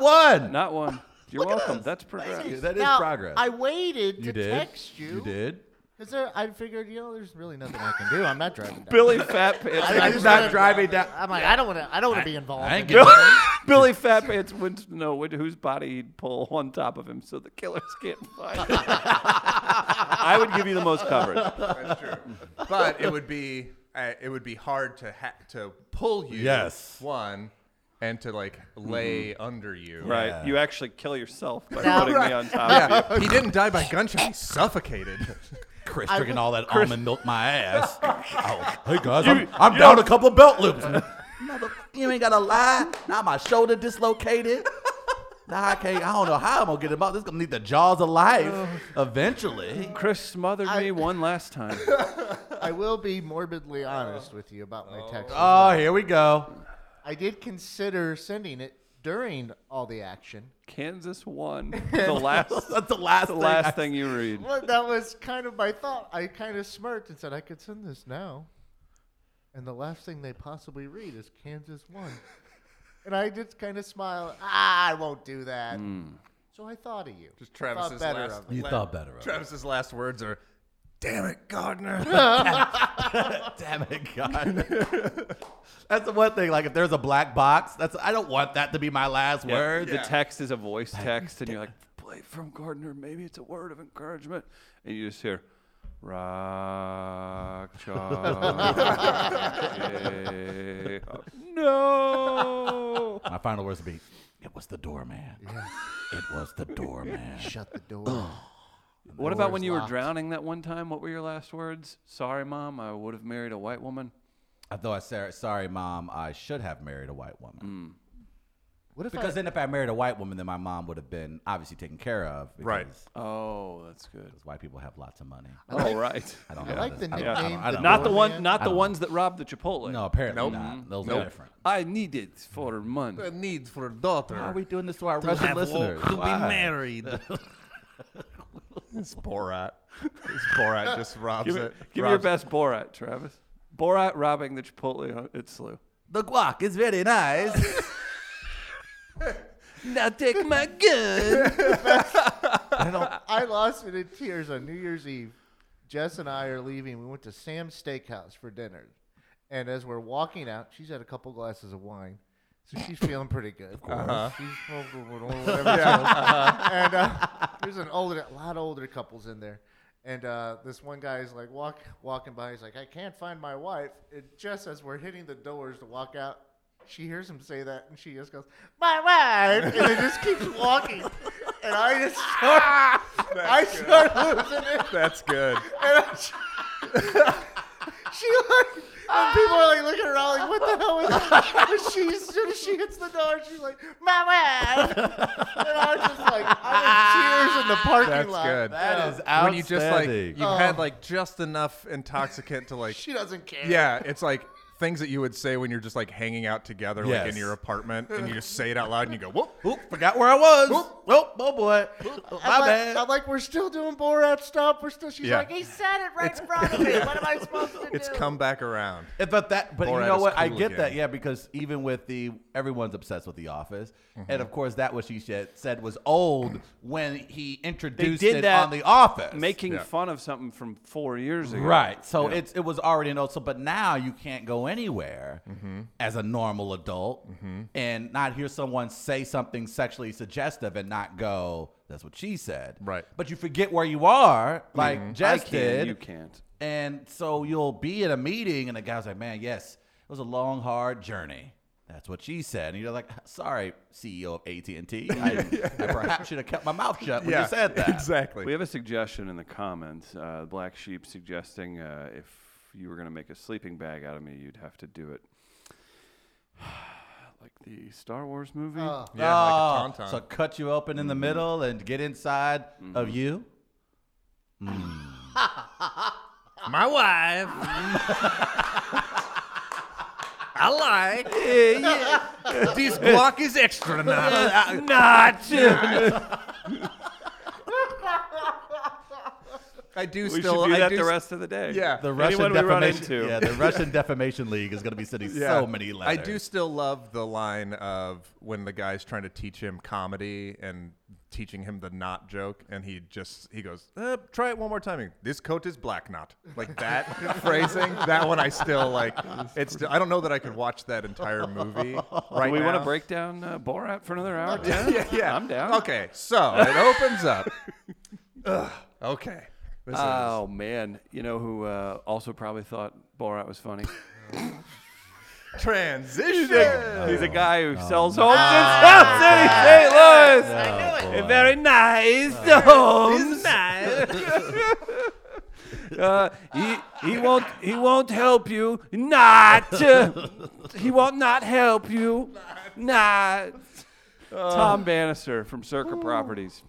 [SPEAKER 1] one.
[SPEAKER 3] Uh-uh. Not one. You're
[SPEAKER 1] Look at
[SPEAKER 3] welcome.
[SPEAKER 1] us.
[SPEAKER 3] That's
[SPEAKER 1] Thank you.
[SPEAKER 3] progress.
[SPEAKER 1] That is
[SPEAKER 4] Now,
[SPEAKER 1] progress.
[SPEAKER 4] I waited to text you.
[SPEAKER 1] did.
[SPEAKER 4] Because I figured, you know, there's really nothing I can do. I'm not driving. down.
[SPEAKER 3] Billy Fat Pants.
[SPEAKER 4] I,
[SPEAKER 1] I
[SPEAKER 4] I
[SPEAKER 1] did
[SPEAKER 4] just
[SPEAKER 1] not
[SPEAKER 4] wanna-
[SPEAKER 1] drive it down-
[SPEAKER 4] I'm like, I don't want to. I don't want to be involved.
[SPEAKER 1] I ain't
[SPEAKER 4] in
[SPEAKER 1] getting
[SPEAKER 4] this.
[SPEAKER 3] Billy Fat Pants wants to know which, whose body he'd pull on top of him so the killers can't find it. I would give you the most coverage.
[SPEAKER 2] That's true. But it would be uh, it would be hard to ha- to pull you.
[SPEAKER 1] Yes.
[SPEAKER 2] One, and to like lay under you.
[SPEAKER 3] Mm-hmm. Right.
[SPEAKER 1] Yeah.
[SPEAKER 3] You actually kill yourself by
[SPEAKER 4] Now-
[SPEAKER 3] putting me on top of you.
[SPEAKER 2] Yeah. he didn't die by gunshot. He suffocated.
[SPEAKER 1] Chris drinking all that almond milk my ass. oh, hey guys,
[SPEAKER 3] You-
[SPEAKER 1] I'm, I'm down a couple belt loops. Mother, you ain't gotta lie. Now my shoulder dislocated. Now I can't. I don't know how I'm gonna get him out. This gonna need the jaws of life eventually.
[SPEAKER 3] Chris smothered
[SPEAKER 4] I-
[SPEAKER 3] me one last time.
[SPEAKER 4] I will be morbidly honest with you about my text.
[SPEAKER 1] Oh, here we go.
[SPEAKER 4] I did consider sending it during all the action.
[SPEAKER 3] Kansas won. The last,
[SPEAKER 1] That's the last.
[SPEAKER 3] the
[SPEAKER 1] thing I-
[SPEAKER 3] last thing you read.
[SPEAKER 4] Well, that was kind of my thought. I kind of smirked and said, I could send this now. And the last thing they possibly read is Kansas won. And I just kind of smiled. Ah, I won't do that. So I thought of you.
[SPEAKER 2] Just Travis's
[SPEAKER 4] thought better
[SPEAKER 2] last.
[SPEAKER 4] of it.
[SPEAKER 1] You thought better of it.
[SPEAKER 2] Travis's last words are, "Damn it, Gardner."
[SPEAKER 1] Damn it, God. that's the one thing. Like, if there's a black box, that's I don't want that to be my last
[SPEAKER 3] Yeah,
[SPEAKER 1] word.
[SPEAKER 3] The text is a voice text, and you're like, play from Gardner. Maybe it's a word of encouragement. And you just hear, rock, chalk, yeah." No.
[SPEAKER 1] My final words would be, "It was the doorman. It was the doorman."
[SPEAKER 4] Shut the door.
[SPEAKER 3] What about when
[SPEAKER 4] door's
[SPEAKER 3] you were
[SPEAKER 4] locked.
[SPEAKER 3] drowning that one time? What were your last words? Sorry, mom, I would have married a white woman.
[SPEAKER 1] I thought I said, sorry, mom, I should have married a white woman.
[SPEAKER 4] What if
[SPEAKER 1] Because
[SPEAKER 4] I,
[SPEAKER 1] then if I married a white woman, then my mom would have been obviously taken care of. Because
[SPEAKER 2] Right.
[SPEAKER 3] Oh, that's good.
[SPEAKER 1] White people have lots of money.
[SPEAKER 3] Oh, right.
[SPEAKER 1] I don't
[SPEAKER 4] I
[SPEAKER 1] know.
[SPEAKER 4] like
[SPEAKER 1] this.
[SPEAKER 4] the
[SPEAKER 1] I don't- I don't-
[SPEAKER 4] nickname,
[SPEAKER 1] I
[SPEAKER 4] the
[SPEAKER 1] don't know.
[SPEAKER 3] Not the
[SPEAKER 4] Doorman?
[SPEAKER 3] one, not
[SPEAKER 1] I
[SPEAKER 3] the
[SPEAKER 1] don't
[SPEAKER 3] ones that robbed the Chipotle.
[SPEAKER 1] No, apparently
[SPEAKER 2] Nope.
[SPEAKER 1] not. Those
[SPEAKER 2] Nope.
[SPEAKER 1] are different.
[SPEAKER 3] I need it for money.
[SPEAKER 2] needs for a daughter.
[SPEAKER 1] Why are we doing this to our Russian listeners? Why?
[SPEAKER 5] married.
[SPEAKER 2] It's Borat. It's Borat just robs
[SPEAKER 3] Give, me,
[SPEAKER 2] it.
[SPEAKER 3] give me your
[SPEAKER 2] robs-
[SPEAKER 3] best Borat, Travis. Borat robbing the Chipotle at Slough.
[SPEAKER 1] The guac is very nice. now take my gun.
[SPEAKER 4] I lost it in tears on New Year's Eve. Jess and I are leaving. We went to Sam's Steakhouse for dinner. And as we're walking out, she's had a couple glasses of wine. So she's feeling pretty good. She's smoking or whatever. And uh, there's an older, a lot of older couples in there. And uh, this one guy is like walk, walking by. He's like, I can't find my wife. And just as we're hitting the doors to walk out, she hears him say that, and she just goes, "My wife," and then just keeps walking. And I just start, I start losing it.
[SPEAKER 2] That's good.
[SPEAKER 4] And I, she like, and people are like looking around, like, what the hell is that? But she, as soon as she hits the door, she's like, my wife. And I was just like, I'm in tears in the parking
[SPEAKER 2] That's
[SPEAKER 4] lot. Oh.
[SPEAKER 2] good.
[SPEAKER 1] That is
[SPEAKER 2] When you just like
[SPEAKER 1] outstanding.
[SPEAKER 2] you had like just enough intoxicant to like
[SPEAKER 4] She doesn't care.
[SPEAKER 2] Yeah, it's like things that you would say when you're just like hanging out together like
[SPEAKER 1] Yes.
[SPEAKER 2] in your apartment and you just say it out loud and you go, Whoop
[SPEAKER 1] Oop, forgot where I was. Oh, oh boy. My
[SPEAKER 4] I'm like,
[SPEAKER 1] bad.
[SPEAKER 4] I'm like, we're still doing Borat stuff. We're still. She's
[SPEAKER 2] Yeah.
[SPEAKER 4] like, he said it right in front of me. What am I supposed to
[SPEAKER 2] It's
[SPEAKER 4] do?
[SPEAKER 2] come back around.
[SPEAKER 1] Yeah, But that, but you
[SPEAKER 2] Borat
[SPEAKER 1] know
[SPEAKER 2] is
[SPEAKER 1] what? I
[SPEAKER 2] cool
[SPEAKER 1] get that,
[SPEAKER 2] again.
[SPEAKER 1] yeah, because even with the everyone's obsessed with The Office,
[SPEAKER 3] Mm-hmm.
[SPEAKER 1] and of course that what she said, said was old when he introduced
[SPEAKER 3] did
[SPEAKER 1] it
[SPEAKER 3] that
[SPEAKER 1] on The Office,
[SPEAKER 3] Making
[SPEAKER 2] Yeah.
[SPEAKER 3] fun of something from four years ago.
[SPEAKER 1] right. So it's it was already an old. So, but now you can't go anywhere
[SPEAKER 3] Mm-hmm.
[SPEAKER 1] as a normal adult and not hear someone say something sexually suggestive and not go. That's what she said,
[SPEAKER 2] Right.
[SPEAKER 1] But you forget where you are, like
[SPEAKER 3] Mm-hmm. I
[SPEAKER 1] Jess
[SPEAKER 3] can,
[SPEAKER 1] did.
[SPEAKER 3] you can't.
[SPEAKER 1] And so you'll be at a meeting, and the guy's like, "Man, yes, it was a long, hard journey." That's what she said. And you're like, "Sorry, CEO of AT and T, I I perhaps should have kept my mouth shut when you said that."
[SPEAKER 2] Exactly.
[SPEAKER 3] We have a suggestion in the comments. Uh, Black Sheep suggesting uh, if you were going to make a sleeping bag out of me, you'd have to do it like the Star Wars movie.
[SPEAKER 4] Oh.
[SPEAKER 2] yeah,
[SPEAKER 1] Oh,
[SPEAKER 2] like a tauntaun. Mm-hmm.
[SPEAKER 1] so cut you open in the middle and get inside of you.
[SPEAKER 5] My wife. I like. This guac is extra
[SPEAKER 3] Ah,
[SPEAKER 5] nice.
[SPEAKER 2] I do
[SPEAKER 3] we
[SPEAKER 2] still
[SPEAKER 3] should do
[SPEAKER 2] I
[SPEAKER 3] that
[SPEAKER 2] do
[SPEAKER 3] the
[SPEAKER 2] s-
[SPEAKER 3] rest of the day.
[SPEAKER 2] Yeah.
[SPEAKER 1] The Russian
[SPEAKER 3] Anyone we run
[SPEAKER 1] defamation,
[SPEAKER 3] into.
[SPEAKER 1] yeah, the Russian defamation league is going to be sending
[SPEAKER 2] Yeah.
[SPEAKER 1] so many letters.
[SPEAKER 2] I do still love the line of when the guy's trying to teach him comedy and teaching him the knot joke, and he just he goes, uh, "Try it one more time." He- This coat is black knot, like that phrasing. That one I still like. It's still, I don't know that I could watch that entire movie right
[SPEAKER 3] Do we want
[SPEAKER 2] now.
[SPEAKER 3] to break down uh, Borat for another hour?
[SPEAKER 2] Yeah, yeah, yeah.
[SPEAKER 3] I'm down.
[SPEAKER 2] Okay, so it opens up. Ugh, okay. This
[SPEAKER 1] Uh,
[SPEAKER 3] Oh man, you know who uh, also probably thought Borat was funny?
[SPEAKER 2] is transition.
[SPEAKER 3] He's a guy who sells homes in South City, St. Louis. And Very nice homes. uh, he he won't he won't help you. Not. he won't not help you. Not. Tom Bannister from Circa Properties.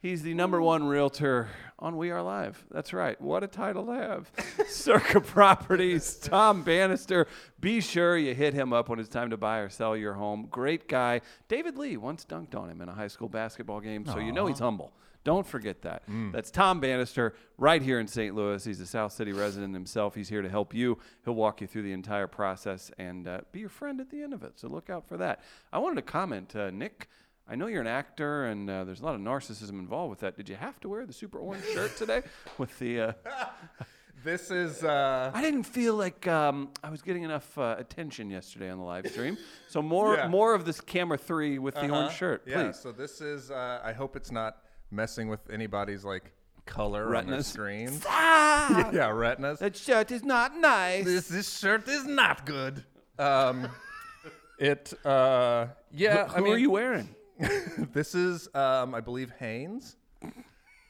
[SPEAKER 3] He's the number one realtor on We Are Live. That's right. What a title to have. Circa Properties, Tom Bannister. Be sure you hit him up when it's time to buy or sell your home. Great guy. David Lee once dunked on him in a high school basketball game, so you know he's humble. Don't forget that.
[SPEAKER 2] Mm.
[SPEAKER 3] That's Tom Bannister right here in St. Louis. He's a South City resident himself. He's here to help you. He'll walk you through the entire process and uh, be your friend at the end of it. So look out for that. I wanted to comment, uh, Nick. I know you're an actor, and uh, there's a lot of narcissism involved with that. Did you have to wear the super orange shirt today? With the, uh,
[SPEAKER 2] This is uh,
[SPEAKER 3] I didn't feel like um, I was getting enough uh, attention yesterday on the live stream. So more,
[SPEAKER 2] Yeah.
[SPEAKER 3] more of this camera three with the orange
[SPEAKER 2] Uh-huh.
[SPEAKER 3] shirt, please.
[SPEAKER 2] Yeah. So this is. Uh, I hope it's not messing with anybody's like color on the
[SPEAKER 3] Retinas.
[SPEAKER 2] screen.
[SPEAKER 3] Ah,
[SPEAKER 2] yeah, retinas.
[SPEAKER 3] that shirt is not nice.
[SPEAKER 5] This, this shirt is not good.
[SPEAKER 2] Um, it. Uh, yeah.
[SPEAKER 3] Who
[SPEAKER 2] I mean,
[SPEAKER 3] are you wearing?
[SPEAKER 2] This is, um, I believe, Haynes.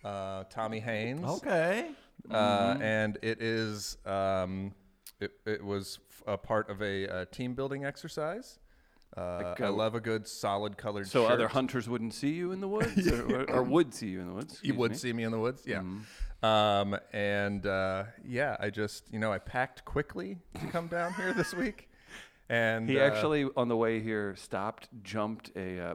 [SPEAKER 2] Uh, Tommy Haynes.
[SPEAKER 1] Okay.
[SPEAKER 2] Uh, and it is. Um, it, it was f- a part of a, uh team building exercise. Uh, I
[SPEAKER 3] uh,
[SPEAKER 2] love a good solid colored
[SPEAKER 3] So
[SPEAKER 2] shirt.
[SPEAKER 3] other hunters wouldn't see you in the woods, or, or, or would see you in the woods.
[SPEAKER 2] you
[SPEAKER 3] excuse
[SPEAKER 2] would
[SPEAKER 3] me. Mm-hmm.
[SPEAKER 2] see me in the woods yeah um, and uh, yeah i just you know i packed quickly to come down here this week And
[SPEAKER 3] He
[SPEAKER 2] uh,
[SPEAKER 3] actually, on the way here, stopped, jumped a uh,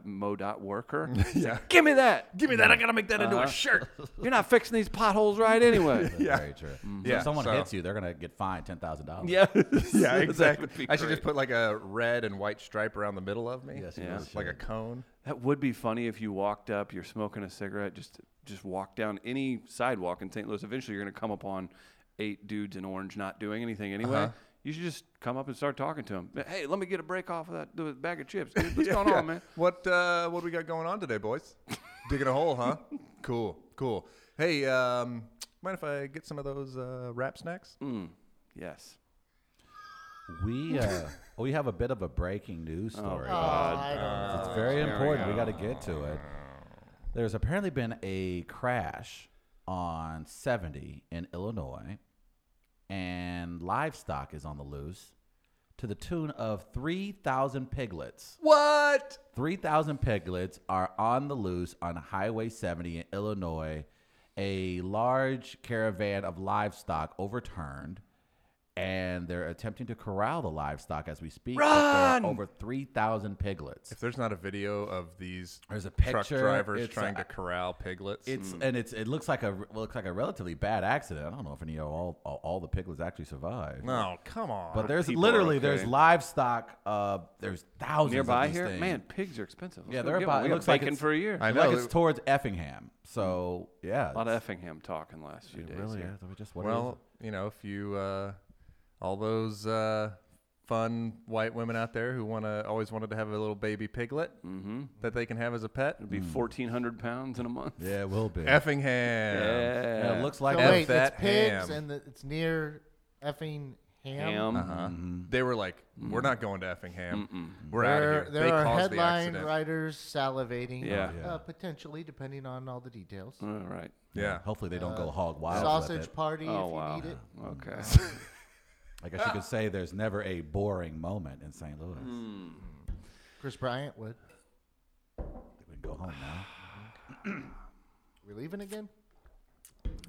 [SPEAKER 3] MoDOT worker.
[SPEAKER 2] yeah,
[SPEAKER 3] Give me that.
[SPEAKER 5] Give me that. I gotta make that
[SPEAKER 3] Uh-huh.
[SPEAKER 5] into a shirt.
[SPEAKER 3] You're not fixing these potholes right anyway.
[SPEAKER 1] That's very true. So
[SPEAKER 2] Mm-hmm. Yeah,
[SPEAKER 1] if someone
[SPEAKER 2] so-
[SPEAKER 1] hits you, they're gonna get fined ten thousand dollars.
[SPEAKER 3] yeah.
[SPEAKER 2] yeah,
[SPEAKER 3] That
[SPEAKER 2] exactly.
[SPEAKER 3] would be
[SPEAKER 2] I should just
[SPEAKER 3] great.
[SPEAKER 2] put like a red and white stripe around the middle of me.
[SPEAKER 1] Yes, you
[SPEAKER 2] yeah.
[SPEAKER 1] really
[SPEAKER 2] like a
[SPEAKER 1] should.
[SPEAKER 2] cone.
[SPEAKER 3] That would be funny if you walked up, you're smoking a cigarette, just just walk down any sidewalk in St. Louis. Eventually, you're going to come upon eight dudes in orange not doing anything anyway.
[SPEAKER 2] Uh-huh.
[SPEAKER 3] You should just come up and start talking to them. Hey, let me get a break off of that the bag of chips. dude. What's going
[SPEAKER 2] Yeah.
[SPEAKER 3] on, man?
[SPEAKER 2] What uh, what we got going on today, boys? Digging a hole, huh? Cool, cool. Hey, um, mind if I get some of those uh, wrap snacks?
[SPEAKER 3] Mm. Yes.
[SPEAKER 1] We uh, we have a bit of a breaking
[SPEAKER 3] Oh,
[SPEAKER 1] news story.
[SPEAKER 4] I
[SPEAKER 2] uh,
[SPEAKER 4] don't know.
[SPEAKER 1] It's very important. We got to get to it. There's apparently been a crash on 70 in Illinois, and livestock is on the loose to the tune of 3,000 piglets.
[SPEAKER 2] What?
[SPEAKER 1] 3,000 piglets are on the loose on Highway 70 in Illinois. A large caravan of livestock overturned, and they're attempting to corral the livestock as we speak. but there are over 3,000 piglets.
[SPEAKER 2] If there's not a video of these
[SPEAKER 1] There's a
[SPEAKER 2] truck
[SPEAKER 1] picture,
[SPEAKER 2] drivers
[SPEAKER 1] it's
[SPEAKER 2] trying
[SPEAKER 1] a-
[SPEAKER 2] to corral piglets,
[SPEAKER 1] It's
[SPEAKER 3] Hmm.
[SPEAKER 1] and it's it looks like a well, looks like a relatively bad accident. I don't know if any of all all, all the piglets actually survived.
[SPEAKER 2] no, come on.
[SPEAKER 1] But there's
[SPEAKER 3] people are
[SPEAKER 1] literally there's
[SPEAKER 3] okay.
[SPEAKER 1] livestock. Uh, there's thousands
[SPEAKER 3] Nearby
[SPEAKER 1] of these
[SPEAKER 3] here,
[SPEAKER 1] things.
[SPEAKER 3] man, pigs are expensive. Let's
[SPEAKER 1] Yeah,
[SPEAKER 3] go
[SPEAKER 1] they're
[SPEAKER 3] get
[SPEAKER 1] about-
[SPEAKER 3] one. We
[SPEAKER 1] it
[SPEAKER 3] got
[SPEAKER 1] looks like
[SPEAKER 3] bacon
[SPEAKER 1] it's-
[SPEAKER 3] for a year. Hmm.
[SPEAKER 2] I
[SPEAKER 1] I like
[SPEAKER 2] know
[SPEAKER 1] it's
[SPEAKER 2] that-
[SPEAKER 1] towards Effingham. So yeah,
[SPEAKER 3] a lot
[SPEAKER 1] it's-
[SPEAKER 3] of Effingham talking last few
[SPEAKER 1] it
[SPEAKER 3] days.
[SPEAKER 1] really
[SPEAKER 3] here.
[SPEAKER 1] is. I mean, just what it
[SPEAKER 2] well,
[SPEAKER 1] is.
[SPEAKER 2] you know, if you uh, all those uh, fun white women out there who want to always wanted to have a little baby piglet
[SPEAKER 3] Mm-hmm.
[SPEAKER 2] that they can have as a pet,
[SPEAKER 3] It'd be 1,400 pounds in a month.
[SPEAKER 1] Hmm. yeah, it will be.
[SPEAKER 2] Effingham.
[SPEAKER 1] Yeah, it looks like
[SPEAKER 4] So
[SPEAKER 1] a-
[SPEAKER 4] wait,
[SPEAKER 2] that
[SPEAKER 4] it's pigs
[SPEAKER 2] ham.
[SPEAKER 4] and the, it's near effing ham.
[SPEAKER 3] Ham.
[SPEAKER 2] Uh-huh.
[SPEAKER 1] Mm-hmm.
[SPEAKER 2] They were like,
[SPEAKER 3] Mm-hmm.
[SPEAKER 2] "We're not going to Effingham. We're out
[SPEAKER 4] There,
[SPEAKER 2] of here."
[SPEAKER 4] there
[SPEAKER 2] they
[SPEAKER 4] are
[SPEAKER 2] caused the
[SPEAKER 4] headline
[SPEAKER 2] accident.
[SPEAKER 4] writers salivating,
[SPEAKER 3] Yeah. Mm.
[SPEAKER 1] Yeah.
[SPEAKER 4] Uh, potentially depending on all the details.
[SPEAKER 3] All right.
[SPEAKER 2] Yeah.
[SPEAKER 1] Hopefully they
[SPEAKER 3] Uh,
[SPEAKER 1] don't go hog wild. With
[SPEAKER 4] Sausage
[SPEAKER 1] it.
[SPEAKER 4] party
[SPEAKER 3] oh,
[SPEAKER 4] if you
[SPEAKER 3] wow.
[SPEAKER 4] need it.
[SPEAKER 3] Okay.
[SPEAKER 1] I guess
[SPEAKER 2] Ah.
[SPEAKER 1] you could say there's never a boring moment in St. Louis.
[SPEAKER 3] Hmm.
[SPEAKER 4] Chris Bryant would.
[SPEAKER 1] We can go home now.
[SPEAKER 4] We leaving again?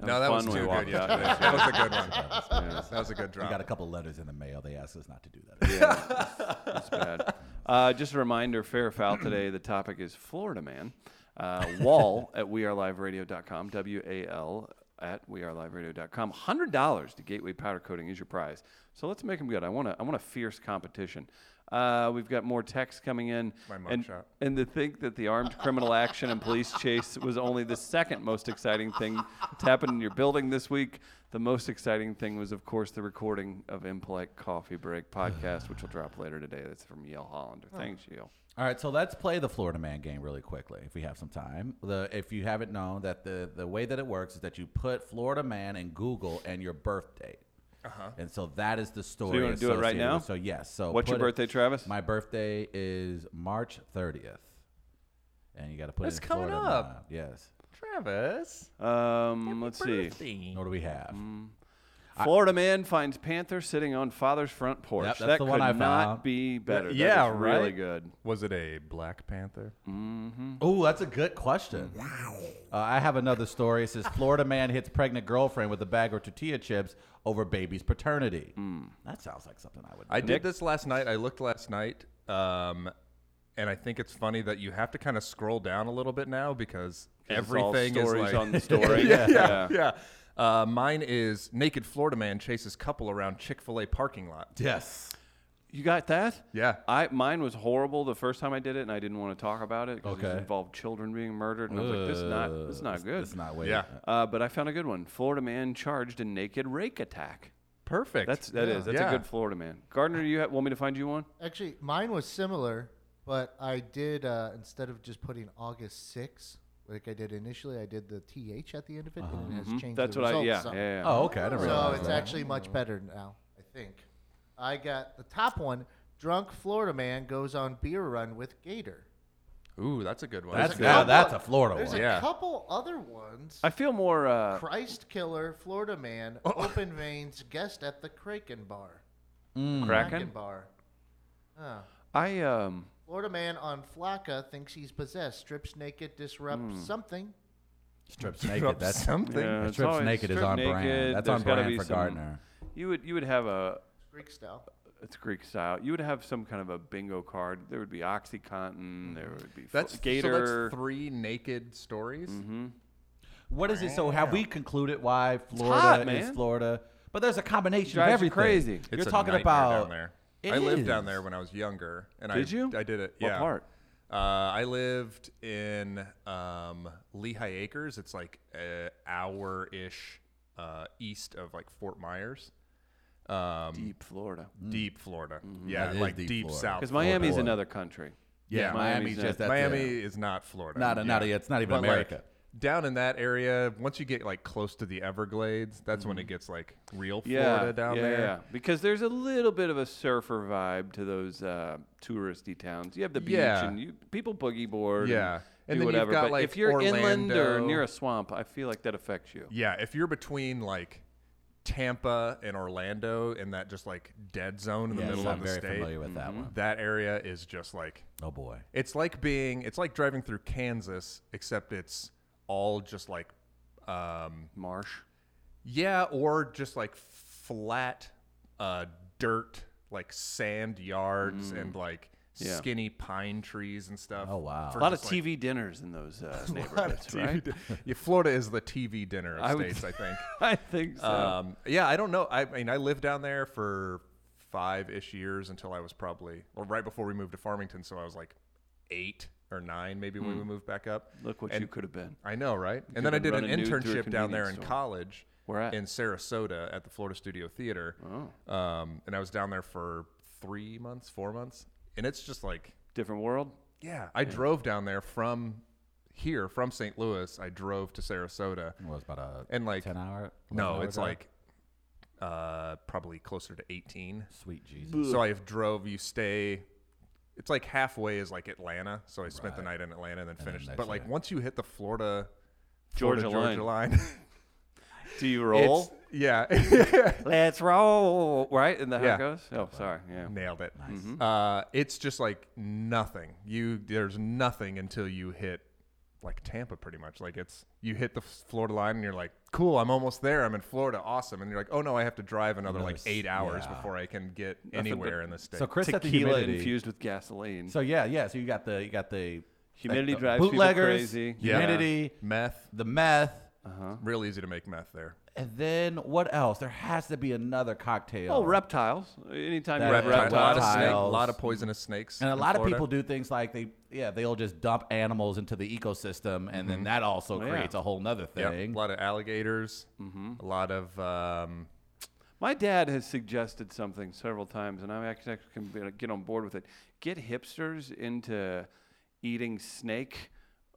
[SPEAKER 2] No, that was
[SPEAKER 3] fun when
[SPEAKER 2] too
[SPEAKER 3] we
[SPEAKER 2] good
[SPEAKER 3] walked out
[SPEAKER 2] yesterday. that was a good one. That was a good
[SPEAKER 1] We
[SPEAKER 2] drop.
[SPEAKER 1] got a couple letters in the mail. They asked us not to do that.
[SPEAKER 3] Yeah, it's bad. Uh, just a reminder, fair or foul today. The topic is Florida man. Uh, wall at weareliveradio.com. W A L at weareliveradio.com. Hundred dollars to Gateway Powder Coating is your prize. So let's make them good. I want to. I want a fierce competition. Uh, we've got more texts coming in.
[SPEAKER 2] My
[SPEAKER 3] and,
[SPEAKER 2] mugshot.
[SPEAKER 3] and to think that the armed criminal action and police chase was only the second most exciting thing to happen in your building this week. The most exciting thing was, of course, the recording of Impolite Coffee Break podcast, which will drop later today. That's from Yale Hollander. Thanks, Yale.
[SPEAKER 1] All right, so let's play the Florida Man game really quickly if we have some time. The if you haven't known that the the way that it works is that you put Florida Man in Google and your birth date. Uh-huh. And so that is the story.
[SPEAKER 3] wanna do it right
[SPEAKER 1] associated
[SPEAKER 3] now?
[SPEAKER 1] with- So yes. So
[SPEAKER 3] What's your
[SPEAKER 1] put it-
[SPEAKER 3] birthday, Travis?
[SPEAKER 1] My birthday is March 30th. And you got to put
[SPEAKER 2] That's
[SPEAKER 1] it in
[SPEAKER 2] coming
[SPEAKER 1] Florida
[SPEAKER 2] up.
[SPEAKER 1] Man. Yes.
[SPEAKER 2] Travis.
[SPEAKER 3] Um, let's see.
[SPEAKER 1] What do we have?
[SPEAKER 3] Mm. Florida man finds panther sitting on father's front porch.
[SPEAKER 1] Yep, that's
[SPEAKER 3] that
[SPEAKER 1] the
[SPEAKER 3] could
[SPEAKER 1] one I
[SPEAKER 3] not
[SPEAKER 1] found.
[SPEAKER 3] be better. That
[SPEAKER 2] yeah,
[SPEAKER 3] is really
[SPEAKER 2] right?
[SPEAKER 3] good.
[SPEAKER 2] Was it a Black Panther?
[SPEAKER 1] Oh, that's a good question. Uh, I have another story. It says Florida man hits pregnant girlfriend with a bag of tortilla chips over baby's paternity.
[SPEAKER 3] Mm.
[SPEAKER 1] That sounds like something I would.
[SPEAKER 2] I
[SPEAKER 3] Nick?
[SPEAKER 2] did this last night. I looked last night, um, and I think it's funny that you have to kind of scroll down a little bit now because
[SPEAKER 3] It's all
[SPEAKER 2] everything is
[SPEAKER 3] stories
[SPEAKER 2] like
[SPEAKER 3] on the story.
[SPEAKER 2] yeah, yeah. yeah. Uh, mine is naked Florida man chases couple around Chick Fil A parking lot.
[SPEAKER 1] yes.
[SPEAKER 3] You got that?
[SPEAKER 2] Yeah.
[SPEAKER 3] I mine was horrible the first time I did it, and I didn't want to talk about it because
[SPEAKER 1] Okay.
[SPEAKER 3] it involved children being murdered, and I was like, "This is not, this is not good."
[SPEAKER 1] It's not way.
[SPEAKER 2] Yeah,
[SPEAKER 3] Uh, but I found a good one. Florida man charged a naked rake attack.
[SPEAKER 2] perfect.
[SPEAKER 3] That's that is that's
[SPEAKER 2] Yeah.
[SPEAKER 3] a good Florida man. Gardner, you ha- want me to find you one?
[SPEAKER 4] Actually, mine was similar, but I did uh, instead of just putting August 6th, like I did initially, I did the th at the end of it, and it has changed.
[SPEAKER 3] Uh-huh. Mm-hmm. That's
[SPEAKER 4] the
[SPEAKER 3] what I
[SPEAKER 4] result
[SPEAKER 3] yeah, yeah,
[SPEAKER 4] some.
[SPEAKER 3] yeah.
[SPEAKER 1] Oh, okay. I didn't realize
[SPEAKER 4] So it's
[SPEAKER 1] that.
[SPEAKER 4] actually much better now, I think. I got the top one. Drunk Florida man goes on beer run with Gator.
[SPEAKER 2] Ooh, that's a good one.
[SPEAKER 1] That's
[SPEAKER 4] There's
[SPEAKER 1] now
[SPEAKER 4] couple-
[SPEAKER 1] that's a Florida
[SPEAKER 4] There's
[SPEAKER 1] one.
[SPEAKER 4] a
[SPEAKER 2] Yeah.
[SPEAKER 4] couple other ones.
[SPEAKER 3] I feel more. Uh,
[SPEAKER 4] Christ killer, Florida man,
[SPEAKER 2] Oh.
[SPEAKER 4] open veins, guest at the Kraken bar.
[SPEAKER 3] Kraken.
[SPEAKER 4] bar. Huh.
[SPEAKER 3] I um.
[SPEAKER 4] Florida man on Flacca thinks he's possessed, strips naked, disrupts
[SPEAKER 2] Hmm.
[SPEAKER 4] something.
[SPEAKER 1] Strips naked.
[SPEAKER 2] Drop
[SPEAKER 1] That's
[SPEAKER 2] something.
[SPEAKER 3] Yeah, it's
[SPEAKER 1] strips
[SPEAKER 3] always
[SPEAKER 1] naked is
[SPEAKER 3] strip
[SPEAKER 1] on brand.
[SPEAKER 3] naked.
[SPEAKER 1] That's
[SPEAKER 3] There's
[SPEAKER 1] on
[SPEAKER 3] gotta
[SPEAKER 1] brand
[SPEAKER 3] be
[SPEAKER 1] for
[SPEAKER 3] some-
[SPEAKER 1] Gardner.
[SPEAKER 3] You would you would have a
[SPEAKER 4] Greek style.
[SPEAKER 3] It's Greek style. You would have some kind of a bingo card. There would be OxyContin. There would be fl-
[SPEAKER 2] That's
[SPEAKER 3] Gator. Mm-hmm.
[SPEAKER 2] So that's three naked stories.
[SPEAKER 1] What is it? So have we concluded why
[SPEAKER 3] hot,
[SPEAKER 1] Florida is
[SPEAKER 3] man.
[SPEAKER 1] Florida? But there's a combination
[SPEAKER 3] Drives
[SPEAKER 1] of
[SPEAKER 3] you
[SPEAKER 1] everything.
[SPEAKER 3] crazy. It's
[SPEAKER 1] You're
[SPEAKER 2] a
[SPEAKER 1] talking
[SPEAKER 2] nightmare
[SPEAKER 1] about
[SPEAKER 2] down there.
[SPEAKER 1] It
[SPEAKER 2] I lived down
[SPEAKER 1] is.
[SPEAKER 2] there when I was younger, and I
[SPEAKER 3] Did you?
[SPEAKER 2] I did it.
[SPEAKER 3] What
[SPEAKER 2] yeah.
[SPEAKER 3] part?
[SPEAKER 2] Uh, I lived in um, Lehigh Acres. It's like an hour ish uh, east of like Fort Myers. Um, deep.
[SPEAKER 3] Deep Florida.
[SPEAKER 2] Florida. Yeah,
[SPEAKER 1] Mm. Mm-hmm. That is
[SPEAKER 2] like
[SPEAKER 1] deep
[SPEAKER 2] deep,
[SPEAKER 1] Florida.
[SPEAKER 2] south.
[SPEAKER 3] Because Miami's
[SPEAKER 1] Florida.
[SPEAKER 3] another country.
[SPEAKER 1] Yeah,
[SPEAKER 2] Yeah,
[SPEAKER 1] Miami's
[SPEAKER 3] Miami's
[SPEAKER 1] just
[SPEAKER 3] a-
[SPEAKER 1] that's
[SPEAKER 2] Miami
[SPEAKER 1] it.
[SPEAKER 2] is not Florida.
[SPEAKER 1] Not a- not a- it's not even
[SPEAKER 2] like,
[SPEAKER 1] America.
[SPEAKER 2] down in that area, once you get like close to the Everglades, that's
[SPEAKER 1] Mm.
[SPEAKER 2] when it gets like real
[SPEAKER 3] Yeah,
[SPEAKER 2] Florida down
[SPEAKER 3] yeah,
[SPEAKER 2] there.
[SPEAKER 3] yeah. Because there's a little bit of a surfer vibe to those uh, touristy towns. You have the beach
[SPEAKER 2] Yeah.
[SPEAKER 3] and you, people boogie board.
[SPEAKER 2] Yeah. And
[SPEAKER 3] and, do
[SPEAKER 2] then you've
[SPEAKER 3] whatever.
[SPEAKER 2] got,
[SPEAKER 3] but
[SPEAKER 2] like,
[SPEAKER 3] if you're inland or
[SPEAKER 2] Orlando.
[SPEAKER 3] near a swamp, I feel like that affects you.
[SPEAKER 2] Yeah, if you're between like Tampa and Orlando in that just like dead zone in the
[SPEAKER 1] Yes,
[SPEAKER 2] middle
[SPEAKER 1] I'm
[SPEAKER 2] of the
[SPEAKER 1] very
[SPEAKER 2] state,
[SPEAKER 1] familiar with that
[SPEAKER 3] Mm-hmm.
[SPEAKER 1] one.
[SPEAKER 2] that area is just like
[SPEAKER 1] Oh boy.
[SPEAKER 2] it's like being it's like driving through Kansas, except it's all just like um
[SPEAKER 3] Marsh.
[SPEAKER 2] yeah, or just like flat uh dirt, like sand yards and like
[SPEAKER 3] Mm. Yeah.
[SPEAKER 2] skinny pine trees and stuff.
[SPEAKER 1] Oh, wow.
[SPEAKER 2] for
[SPEAKER 3] A lot of
[SPEAKER 2] just, like,
[SPEAKER 3] TV dinners in those uh,
[SPEAKER 2] a lot of
[SPEAKER 3] neighborhoods,
[SPEAKER 2] TV
[SPEAKER 3] right?
[SPEAKER 2] din- yeah, Florida is the TV dinner of
[SPEAKER 3] I would-
[SPEAKER 2] states, I think.
[SPEAKER 3] I think so.
[SPEAKER 2] Um, yeah, I don't know. I mean, I lived down there for five ish years until I was probably, or right before we moved to Farmington. So I was like eight or nine, maybe when we moved back up.
[SPEAKER 3] Hmm. Look what
[SPEAKER 2] and
[SPEAKER 3] you could have been.
[SPEAKER 2] I know, right? And then I
[SPEAKER 3] have
[SPEAKER 2] did an
[SPEAKER 3] run a nude through a
[SPEAKER 2] internship down there in
[SPEAKER 3] convenience store.
[SPEAKER 2] college.
[SPEAKER 3] Where at?
[SPEAKER 2] In Sarasota at the Florida Studio Theater. Oh. Um, and I was down there for three months, four months. And it's just like,
[SPEAKER 3] Different world.
[SPEAKER 2] yeah, I drove down there from here, from St. Louis. I drove to Sarasota.
[SPEAKER 1] Well, it's about a
[SPEAKER 2] And like,
[SPEAKER 1] ten hour.
[SPEAKER 2] no,
[SPEAKER 1] 11
[SPEAKER 2] it's
[SPEAKER 1] hour
[SPEAKER 2] like uh, probably closer to 18.
[SPEAKER 1] drive? sweet Jesus.
[SPEAKER 2] So I have drove. You stay. It's like halfway is like Atlanta. So I spent the night in Atlanta and then finished.
[SPEAKER 1] next
[SPEAKER 2] but like
[SPEAKER 1] day.
[SPEAKER 2] once you hit the Florida,
[SPEAKER 3] Georgia
[SPEAKER 2] Florida, Georgia line,
[SPEAKER 3] Do you
[SPEAKER 2] it's,
[SPEAKER 3] roll?
[SPEAKER 2] yeah,
[SPEAKER 3] Let's roll. Right? And that how
[SPEAKER 2] Yeah.
[SPEAKER 3] it goes? Oh, sorry. Yeah.
[SPEAKER 2] nailed it. Uh, it's just like nothing. You there's nothing until you hit like Tampa, pretty much. Like it's you hit the Florida line and you're like, cool, I'm almost there. I'm in Florida, awesome. And you're like, oh no, I have to drive another like
[SPEAKER 1] s-
[SPEAKER 2] eight hours
[SPEAKER 1] yeah.
[SPEAKER 2] before I can get
[SPEAKER 3] but-
[SPEAKER 2] anywhere in the state.
[SPEAKER 1] So Chris at the
[SPEAKER 3] Tequila
[SPEAKER 1] humidity.
[SPEAKER 3] infused with gasoline.
[SPEAKER 1] So yeah, yeah. So you got the you got the
[SPEAKER 3] Humidity
[SPEAKER 1] the
[SPEAKER 3] drives people
[SPEAKER 1] bootleggers,
[SPEAKER 3] crazy.
[SPEAKER 2] Yeah.
[SPEAKER 1] humidity,
[SPEAKER 2] meth,
[SPEAKER 1] the meth, Uh-huh.
[SPEAKER 2] real easy to make meth there.
[SPEAKER 1] and then what else? There has to be another cocktail.
[SPEAKER 3] Oh, reptiles. Anytime you
[SPEAKER 1] That-
[SPEAKER 3] have
[SPEAKER 1] Reptiles.
[SPEAKER 2] A lot of, snake,
[SPEAKER 3] reptiles.
[SPEAKER 1] Reptiles.
[SPEAKER 2] lot of poisonous snakes.
[SPEAKER 1] Mm-hmm. And a
[SPEAKER 2] in
[SPEAKER 1] lot of
[SPEAKER 2] Florida.
[SPEAKER 1] people do things like they, yeah, they'll just dump animals into the ecosystem, and then that also
[SPEAKER 3] Mm-hmm. Oh, yeah.
[SPEAKER 1] creates a whole nother
[SPEAKER 2] Yep,
[SPEAKER 1] thing.
[SPEAKER 2] A lot of alligators.
[SPEAKER 1] Mm-hmm.
[SPEAKER 2] A lot of. Um,
[SPEAKER 3] My dad has suggested something several times, and I actually can be- get on board with it. Get hipsters into eating snake,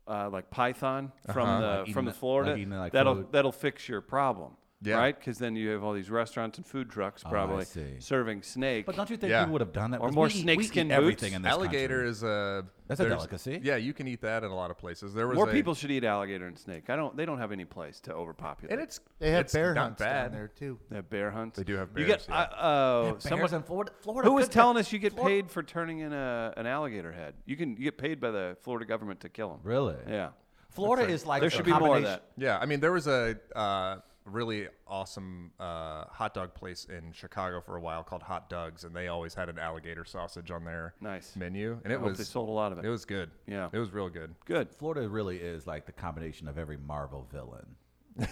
[SPEAKER 3] uh, like python from
[SPEAKER 2] Uh-huh.
[SPEAKER 3] the
[SPEAKER 1] Like
[SPEAKER 3] from
[SPEAKER 1] eating
[SPEAKER 3] the
[SPEAKER 1] it-
[SPEAKER 3] Florida.
[SPEAKER 1] like eating it like
[SPEAKER 3] that'll
[SPEAKER 1] food.
[SPEAKER 3] that'll fix your problem,
[SPEAKER 2] Yeah.
[SPEAKER 3] right? Because then you have all these restaurants and food trucks probably
[SPEAKER 1] see.
[SPEAKER 3] serving snake.
[SPEAKER 1] but don't you think
[SPEAKER 2] Yeah.
[SPEAKER 1] people would have done that?
[SPEAKER 3] Or
[SPEAKER 1] Because
[SPEAKER 3] more
[SPEAKER 1] we eat- we eat
[SPEAKER 3] snakeskin
[SPEAKER 1] everything
[SPEAKER 3] boots.
[SPEAKER 1] in this
[SPEAKER 2] alligator
[SPEAKER 1] country.
[SPEAKER 2] is a.
[SPEAKER 1] That's a
[SPEAKER 2] there's-
[SPEAKER 1] delicacy.
[SPEAKER 2] Yeah, you can eat that in a lot of places. There was
[SPEAKER 3] more
[SPEAKER 2] a-
[SPEAKER 3] people should eat alligator and snake. I don't. They don't have any place to overpopulate.
[SPEAKER 2] and it's
[SPEAKER 4] They have
[SPEAKER 2] it's
[SPEAKER 4] bear
[SPEAKER 2] not
[SPEAKER 4] hunts
[SPEAKER 2] bad.
[SPEAKER 4] down there too.
[SPEAKER 3] They have bear hunts.
[SPEAKER 2] They do have
[SPEAKER 3] You get
[SPEAKER 2] bears, yeah.
[SPEAKER 3] I- oh,
[SPEAKER 1] Bears
[SPEAKER 3] someone-
[SPEAKER 1] in Florida, Florida
[SPEAKER 3] Who was
[SPEAKER 1] could be-
[SPEAKER 3] telling us you get
[SPEAKER 1] Flor-
[SPEAKER 3] paid for turning in a, an alligator head? You can you get paid by the Florida government to kill them.
[SPEAKER 1] Really?
[SPEAKER 3] Yeah.
[SPEAKER 1] Florida is like
[SPEAKER 3] There
[SPEAKER 1] the
[SPEAKER 3] should be more of
[SPEAKER 1] combination-
[SPEAKER 3] that.
[SPEAKER 2] Yeah, I mean there was a uh, really awesome uh, hot dog place in Chicago for a while called Hot Dogs, and they always had an alligator sausage on their
[SPEAKER 3] Nice.
[SPEAKER 2] menu, and it
[SPEAKER 3] hope
[SPEAKER 2] was
[SPEAKER 3] they sold a lot of it.
[SPEAKER 2] It was good.
[SPEAKER 3] Yeah.
[SPEAKER 2] it was real good.
[SPEAKER 3] Good.
[SPEAKER 1] Florida really is like the combination of every Marvel villain.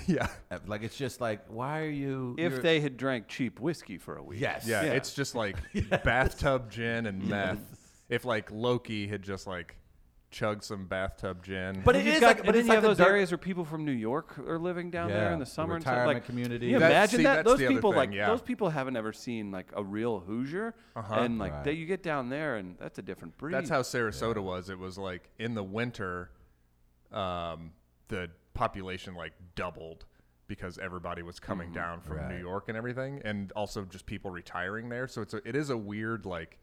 [SPEAKER 2] yeah.
[SPEAKER 1] Uh, Like it's just like, why are you?
[SPEAKER 3] If
[SPEAKER 1] you're-
[SPEAKER 3] they had drank cheap whiskey for a week.
[SPEAKER 1] yes,
[SPEAKER 2] Yeah,
[SPEAKER 3] Yeah.
[SPEAKER 2] it's just like bathtub gin and meth. If like Loki had just like chugged some bathtub gin,
[SPEAKER 1] But
[SPEAKER 3] But
[SPEAKER 1] it
[SPEAKER 3] it
[SPEAKER 1] is
[SPEAKER 3] is
[SPEAKER 1] like- but
[SPEAKER 3] but
[SPEAKER 1] it's
[SPEAKER 3] then you
[SPEAKER 1] like
[SPEAKER 3] have
[SPEAKER 1] the
[SPEAKER 3] those
[SPEAKER 1] dark-
[SPEAKER 3] areas where people from New York are living down
[SPEAKER 1] Yeah,
[SPEAKER 3] there in
[SPEAKER 1] the
[SPEAKER 3] the summer and stuff.
[SPEAKER 1] retirement
[SPEAKER 3] Like,
[SPEAKER 1] community.
[SPEAKER 3] can You
[SPEAKER 1] That's-
[SPEAKER 3] imagine
[SPEAKER 2] see,
[SPEAKER 3] that
[SPEAKER 2] that's
[SPEAKER 3] those
[SPEAKER 2] the other
[SPEAKER 3] people
[SPEAKER 2] thing,
[SPEAKER 3] like
[SPEAKER 2] yeah.
[SPEAKER 3] those people haven't ever seen like a real Hoosier, and like
[SPEAKER 1] Right.
[SPEAKER 3] they, you get down there and that's a different breed.
[SPEAKER 2] That's how Sarasota was. It was like in the winter, um, the population like doubled because everybody was coming down from
[SPEAKER 1] Right.
[SPEAKER 2] New York and everything, and also just people retiring there. So it's a, it is a weird like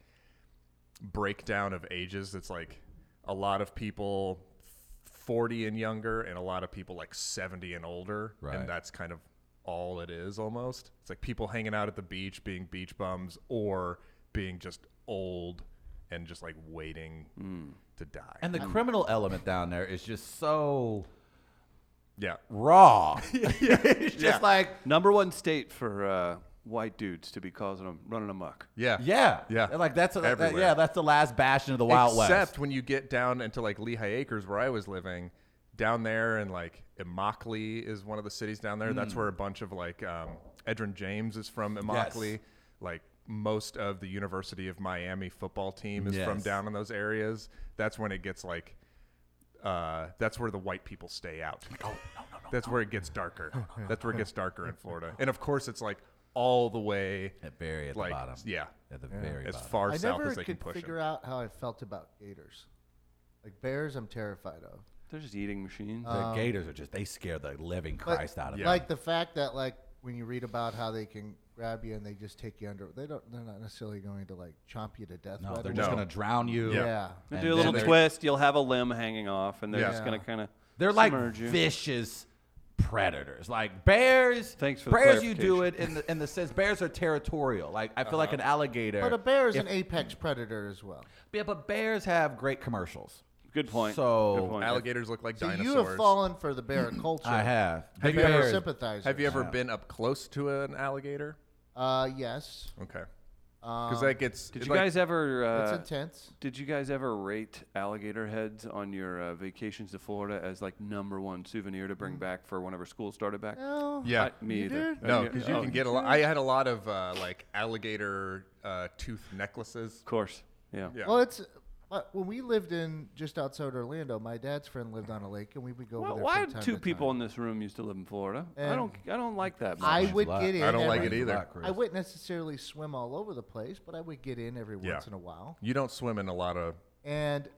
[SPEAKER 2] breakdown of ages. It's like a lot of people forty and younger, and a lot of people like seventy and older,
[SPEAKER 1] Right.
[SPEAKER 2] and that's kind of all it is almost. It's like people hanging out at the beach, being beach bums, or being just old and just like waiting to die.
[SPEAKER 1] and the criminal element down there is just so
[SPEAKER 2] yeah,
[SPEAKER 1] raw. it's just like
[SPEAKER 3] Number one state for uh, white dudes to be causing them running amok.
[SPEAKER 2] Yeah.
[SPEAKER 1] Yeah.
[SPEAKER 2] Yeah.
[SPEAKER 1] And, Like that's that-
[SPEAKER 2] Everywhere.
[SPEAKER 1] yeah, that's the last bastion of the Wild
[SPEAKER 2] Except
[SPEAKER 1] West.
[SPEAKER 2] when you get down into like Lehigh Acres, where I was living, down there, and like Immokalee is one of the cities down there.
[SPEAKER 1] Mm.
[SPEAKER 2] That's where a bunch of like um, Edrin James is from Immokalee. Like most of the University of Miami football team is from
[SPEAKER 1] Yes.
[SPEAKER 2] down in those areas. That's when it gets like. Uh, that's where the white people stay out.
[SPEAKER 1] Oh,
[SPEAKER 2] that's where it gets darker. that's where it gets darker in Florida. And of course, it's like all the way
[SPEAKER 1] At very at
[SPEAKER 2] like
[SPEAKER 1] the bottom.
[SPEAKER 2] yeah,
[SPEAKER 1] At the very
[SPEAKER 2] as
[SPEAKER 1] bottom.
[SPEAKER 2] far
[SPEAKER 4] I
[SPEAKER 2] south
[SPEAKER 4] never
[SPEAKER 2] as they can
[SPEAKER 4] could
[SPEAKER 2] push. 'em.
[SPEAKER 4] figure out how I felt about gators. Like bears, I'm terrified of.
[SPEAKER 3] They're just eating machines.
[SPEAKER 1] the Gators are just they scare the living
[SPEAKER 4] But,
[SPEAKER 1] Um, Christ out of me.
[SPEAKER 4] Like the fact that like when you read about how they can grab you and they just take you under, they don't. They're not necessarily going to like chomp you to death.
[SPEAKER 1] No,
[SPEAKER 4] right
[SPEAKER 1] they're
[SPEAKER 4] away.
[SPEAKER 1] just
[SPEAKER 2] No.
[SPEAKER 1] gonna drown you.
[SPEAKER 4] yeah.
[SPEAKER 3] They
[SPEAKER 1] And
[SPEAKER 3] do
[SPEAKER 1] then
[SPEAKER 3] a little
[SPEAKER 1] they're-
[SPEAKER 3] twist, you'll have a limb hanging off, and they're
[SPEAKER 2] Yeah.
[SPEAKER 3] just going to kind of
[SPEAKER 1] They're like
[SPEAKER 3] submerge you.
[SPEAKER 1] vicious predators. Like bears.
[SPEAKER 3] Thanks for the
[SPEAKER 1] bears. You do it in the in the sense bears are territorial. Like I feel
[SPEAKER 2] Uh-huh.
[SPEAKER 1] like an alligator.
[SPEAKER 4] But a bear is an apex predator as well.
[SPEAKER 1] yeah, but bears have great commercials.
[SPEAKER 3] Good point.
[SPEAKER 1] So-
[SPEAKER 3] Good point.
[SPEAKER 2] Alligators look like
[SPEAKER 4] So
[SPEAKER 2] dinosaurs.
[SPEAKER 4] you have fallen for the bear culture.
[SPEAKER 1] I have.
[SPEAKER 2] Have
[SPEAKER 1] The
[SPEAKER 2] you ever
[SPEAKER 1] bears-
[SPEAKER 4] sympathizers.
[SPEAKER 2] Have you ever been up close to an alligator?
[SPEAKER 4] Uh, yes.
[SPEAKER 2] Okay. Because that gets.
[SPEAKER 3] Did
[SPEAKER 2] it,
[SPEAKER 3] you
[SPEAKER 2] like-
[SPEAKER 3] guys ever?
[SPEAKER 4] That's
[SPEAKER 3] Uh,
[SPEAKER 4] intense.
[SPEAKER 3] did you guys ever rate alligator heads on your uh, vacations to Florida as like number one souvenir to bring back for whenever school started back?
[SPEAKER 4] Mm. No.
[SPEAKER 2] Yeah.
[SPEAKER 3] I- me
[SPEAKER 4] You
[SPEAKER 3] either.
[SPEAKER 4] did?
[SPEAKER 2] No,
[SPEAKER 3] Yeah.
[SPEAKER 2] because you
[SPEAKER 3] Oh,
[SPEAKER 2] can get a lot. I had a lot of uh, like alligator uh, tooth necklaces.
[SPEAKER 3] Of course. Yeah.
[SPEAKER 2] Yeah.
[SPEAKER 4] Well, it's but when we lived in just outside Orlando. My dad's friend lived on a lake, and we would go.
[SPEAKER 3] Why,
[SPEAKER 4] over there
[SPEAKER 3] why
[SPEAKER 4] from time
[SPEAKER 3] two
[SPEAKER 4] to
[SPEAKER 3] people
[SPEAKER 4] time.
[SPEAKER 3] in this room used to live in Florida? I
[SPEAKER 4] And-
[SPEAKER 3] don't. I don't like that. Much.
[SPEAKER 4] I
[SPEAKER 1] Explains a
[SPEAKER 4] would
[SPEAKER 1] lot.
[SPEAKER 4] get in.
[SPEAKER 2] I don't like
[SPEAKER 4] every-
[SPEAKER 2] it either.
[SPEAKER 4] I wouldn't necessarily swim all over the place, but I would get in every once
[SPEAKER 2] Yeah.
[SPEAKER 4] in a while.
[SPEAKER 2] You don't swim in a lot of.
[SPEAKER 4] And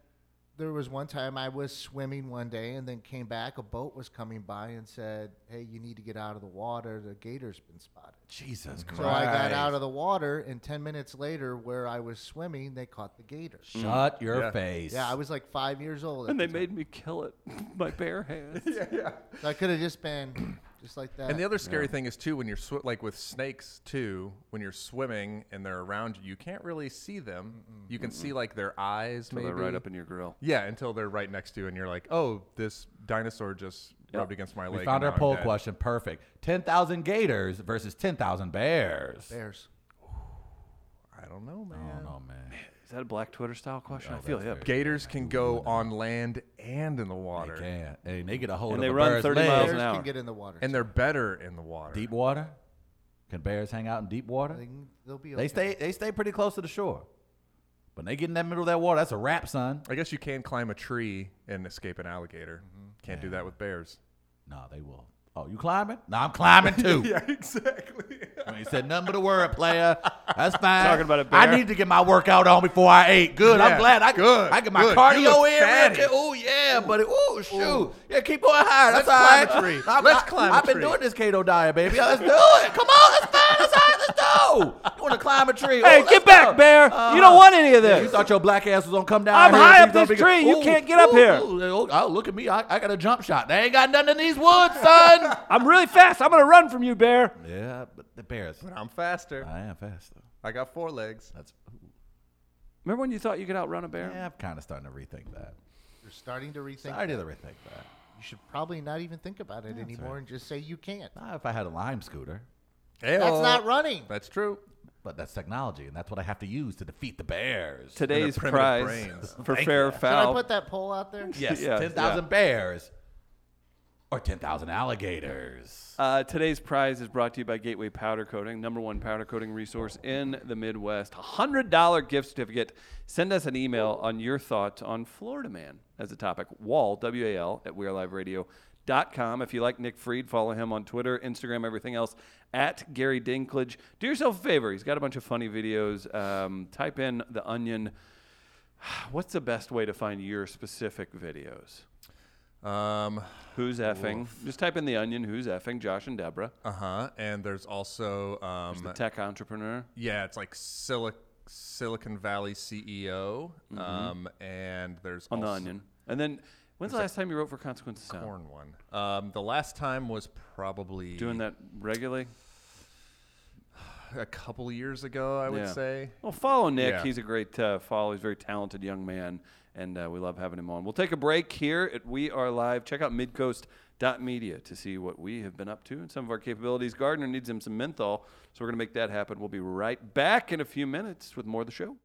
[SPEAKER 4] there was one time I was swimming one day and then came back. A boat was coming by and said, Hey, you need to get out of the water. The gator's been spotted.
[SPEAKER 2] Mm-hmm.
[SPEAKER 1] Jesus Christ.
[SPEAKER 4] So I got out of the water, and 10 minutes later, where I was swimming, they caught the gator.
[SPEAKER 1] Shut your
[SPEAKER 2] Yeah.
[SPEAKER 1] face.
[SPEAKER 4] Yeah, I was like five years old.
[SPEAKER 3] and
[SPEAKER 4] at
[SPEAKER 3] they
[SPEAKER 4] the
[SPEAKER 3] made me kill it, my bare hands.
[SPEAKER 4] time. So I could have just been just like that.
[SPEAKER 2] And the other scary thing is too when you're swi- like with snakes too. When you're swimming and they're around you, you can't really see them. You can see like their eyes,
[SPEAKER 3] Throw
[SPEAKER 2] maybe.
[SPEAKER 3] that right up in your grill.
[SPEAKER 2] yeah, until they're right next to you, and you're like, "Oh, this dinosaur just rubbed against my leg."
[SPEAKER 1] We
[SPEAKER 2] and
[SPEAKER 1] found our
[SPEAKER 2] now I'm
[SPEAKER 1] poll
[SPEAKER 2] dead."
[SPEAKER 1] question perfect. 10,000 gators versus 10,000 bears.
[SPEAKER 4] Bears.
[SPEAKER 2] I don't know, man.
[SPEAKER 1] Oh, no, man.
[SPEAKER 3] Is that a Black Twitter style question? I feel
[SPEAKER 1] that's
[SPEAKER 3] hip.
[SPEAKER 2] Gators can go on land and in the water,
[SPEAKER 1] They can't. And they get a hold of
[SPEAKER 3] And they
[SPEAKER 1] a
[SPEAKER 3] run
[SPEAKER 1] bear's
[SPEAKER 3] 30
[SPEAKER 1] leg.
[SPEAKER 3] miles
[SPEAKER 4] Bears
[SPEAKER 3] an hour.
[SPEAKER 4] can get in the water.
[SPEAKER 2] and they're better in the water.
[SPEAKER 1] Deep water? Can bears hang out in deep water?
[SPEAKER 4] They can- they'll be okay.
[SPEAKER 1] They stay they stay pretty close to the shore. When they get in that middle of that water, that's a wrap, son.
[SPEAKER 2] I guess you can climb a tree and escape an alligator.
[SPEAKER 3] Mm-hmm.
[SPEAKER 2] Can't do that with bears.
[SPEAKER 1] No, they will. Oh, you climbing? No, I'm climbing too.
[SPEAKER 2] Yeah, exactly.
[SPEAKER 1] I ain't said nothing but a word, player. That's fine.
[SPEAKER 3] Talking about a bear.
[SPEAKER 1] I need to get my workout on before I ate. Good.
[SPEAKER 2] Yeah,
[SPEAKER 1] I'm glad. I
[SPEAKER 2] good,
[SPEAKER 1] I get my
[SPEAKER 2] good. You
[SPEAKER 1] cardio
[SPEAKER 2] look
[SPEAKER 1] in.
[SPEAKER 2] fatty.
[SPEAKER 1] real quick. Oh yeah, buddy. Oh shoot. Yeah, keep going higher. That's all right.
[SPEAKER 2] tree.
[SPEAKER 1] I'm-
[SPEAKER 2] Let's
[SPEAKER 1] I-
[SPEAKER 2] climb a
[SPEAKER 1] I've been
[SPEAKER 2] tree.
[SPEAKER 1] doing this keto diet, baby. Let's do it. Come on. Let's fine. Let's high. Let's go. You want to climb a tree? Ooh,
[SPEAKER 3] Hey, get
[SPEAKER 1] let's
[SPEAKER 3] back,
[SPEAKER 1] go. Uh-huh.
[SPEAKER 3] bear. You don't want any of
[SPEAKER 1] yeah,
[SPEAKER 3] this.
[SPEAKER 1] you thought your black ass was gonna come down.
[SPEAKER 3] I'm
[SPEAKER 1] here
[SPEAKER 3] high
[SPEAKER 1] and
[SPEAKER 3] up
[SPEAKER 1] you was
[SPEAKER 3] this
[SPEAKER 1] gonna be-
[SPEAKER 3] tree. You
[SPEAKER 1] Ooh,
[SPEAKER 3] can't get up
[SPEAKER 1] ooh,
[SPEAKER 3] here.
[SPEAKER 1] ooh, oh, oh, look at me. I, I got a jump shot. They ain't got nothing in these woods, son.
[SPEAKER 3] I'm really fast. I'm gonna run from you, bear.
[SPEAKER 1] yeah, but the bears.
[SPEAKER 2] I'm faster.
[SPEAKER 1] I am fast though.
[SPEAKER 2] I got four legs.
[SPEAKER 1] That's ooh.
[SPEAKER 3] Remember when you thought you could outrun a bear?
[SPEAKER 1] yeah. I'm kind of starting to rethink that.
[SPEAKER 4] You're starting to rethink.
[SPEAKER 1] I did rethink that.
[SPEAKER 4] You should probably not even think about it anymore and just say you can't.
[SPEAKER 1] Not if I had a Lime scooter,
[SPEAKER 4] That's not running.
[SPEAKER 2] That's true.
[SPEAKER 1] but that's technology, and that's what I have to use to defeat the bears.
[SPEAKER 3] Today's
[SPEAKER 2] primitive
[SPEAKER 3] prize
[SPEAKER 2] brains.
[SPEAKER 3] for fair
[SPEAKER 4] Should I
[SPEAKER 3] foul.
[SPEAKER 4] put that poll out there?
[SPEAKER 1] yes,
[SPEAKER 3] yeah,
[SPEAKER 1] ten thousand
[SPEAKER 3] yeah.
[SPEAKER 1] bears or ten thousand alligators.
[SPEAKER 3] Uh, today's prize is brought to you by Gateway Powder Coating, number one powder coating resource in the Midwest. $100 gift certificate. Send us an email on your thoughts on Florida Man as a topic. Wall, W A L, at weareliveradio.com. If you like Nick Freed, follow him on Twitter, Instagram, everything else, at Gary Dinklage. Do yourself a favor. He's got a bunch of funny videos. Um, type in The Onion. What's the best way to find your specific videos?
[SPEAKER 2] Um,
[SPEAKER 3] Who's effing? Just type in The Onion, who's effing, Josh and Deborah.
[SPEAKER 2] uh huh. And there's also um,
[SPEAKER 3] the tech entrepreneur.
[SPEAKER 2] yeah, it's like Silic- Silicon Valley CEO. Um, and there's
[SPEAKER 3] Mm-hmm. on the
[SPEAKER 2] also-
[SPEAKER 3] Onion. And then when's the last time you wrote for Consequences Sound?
[SPEAKER 2] Corn one. Um, the last time was probably
[SPEAKER 3] Doing that regularly?
[SPEAKER 2] a couple years ago, I would
[SPEAKER 3] Yeah.
[SPEAKER 2] say.
[SPEAKER 3] Well, follow Nick.
[SPEAKER 2] Yeah.
[SPEAKER 3] He's a great uh, follow. He's a very talented young man, and uh, we love having him on. We'll take a break here at We Are Live. Check out midcoast.media to see what we have been up to and some of our capabilities. Gardner needs him some menthol, so we're going to make that happen. We'll be right back in a few minutes with more of the show.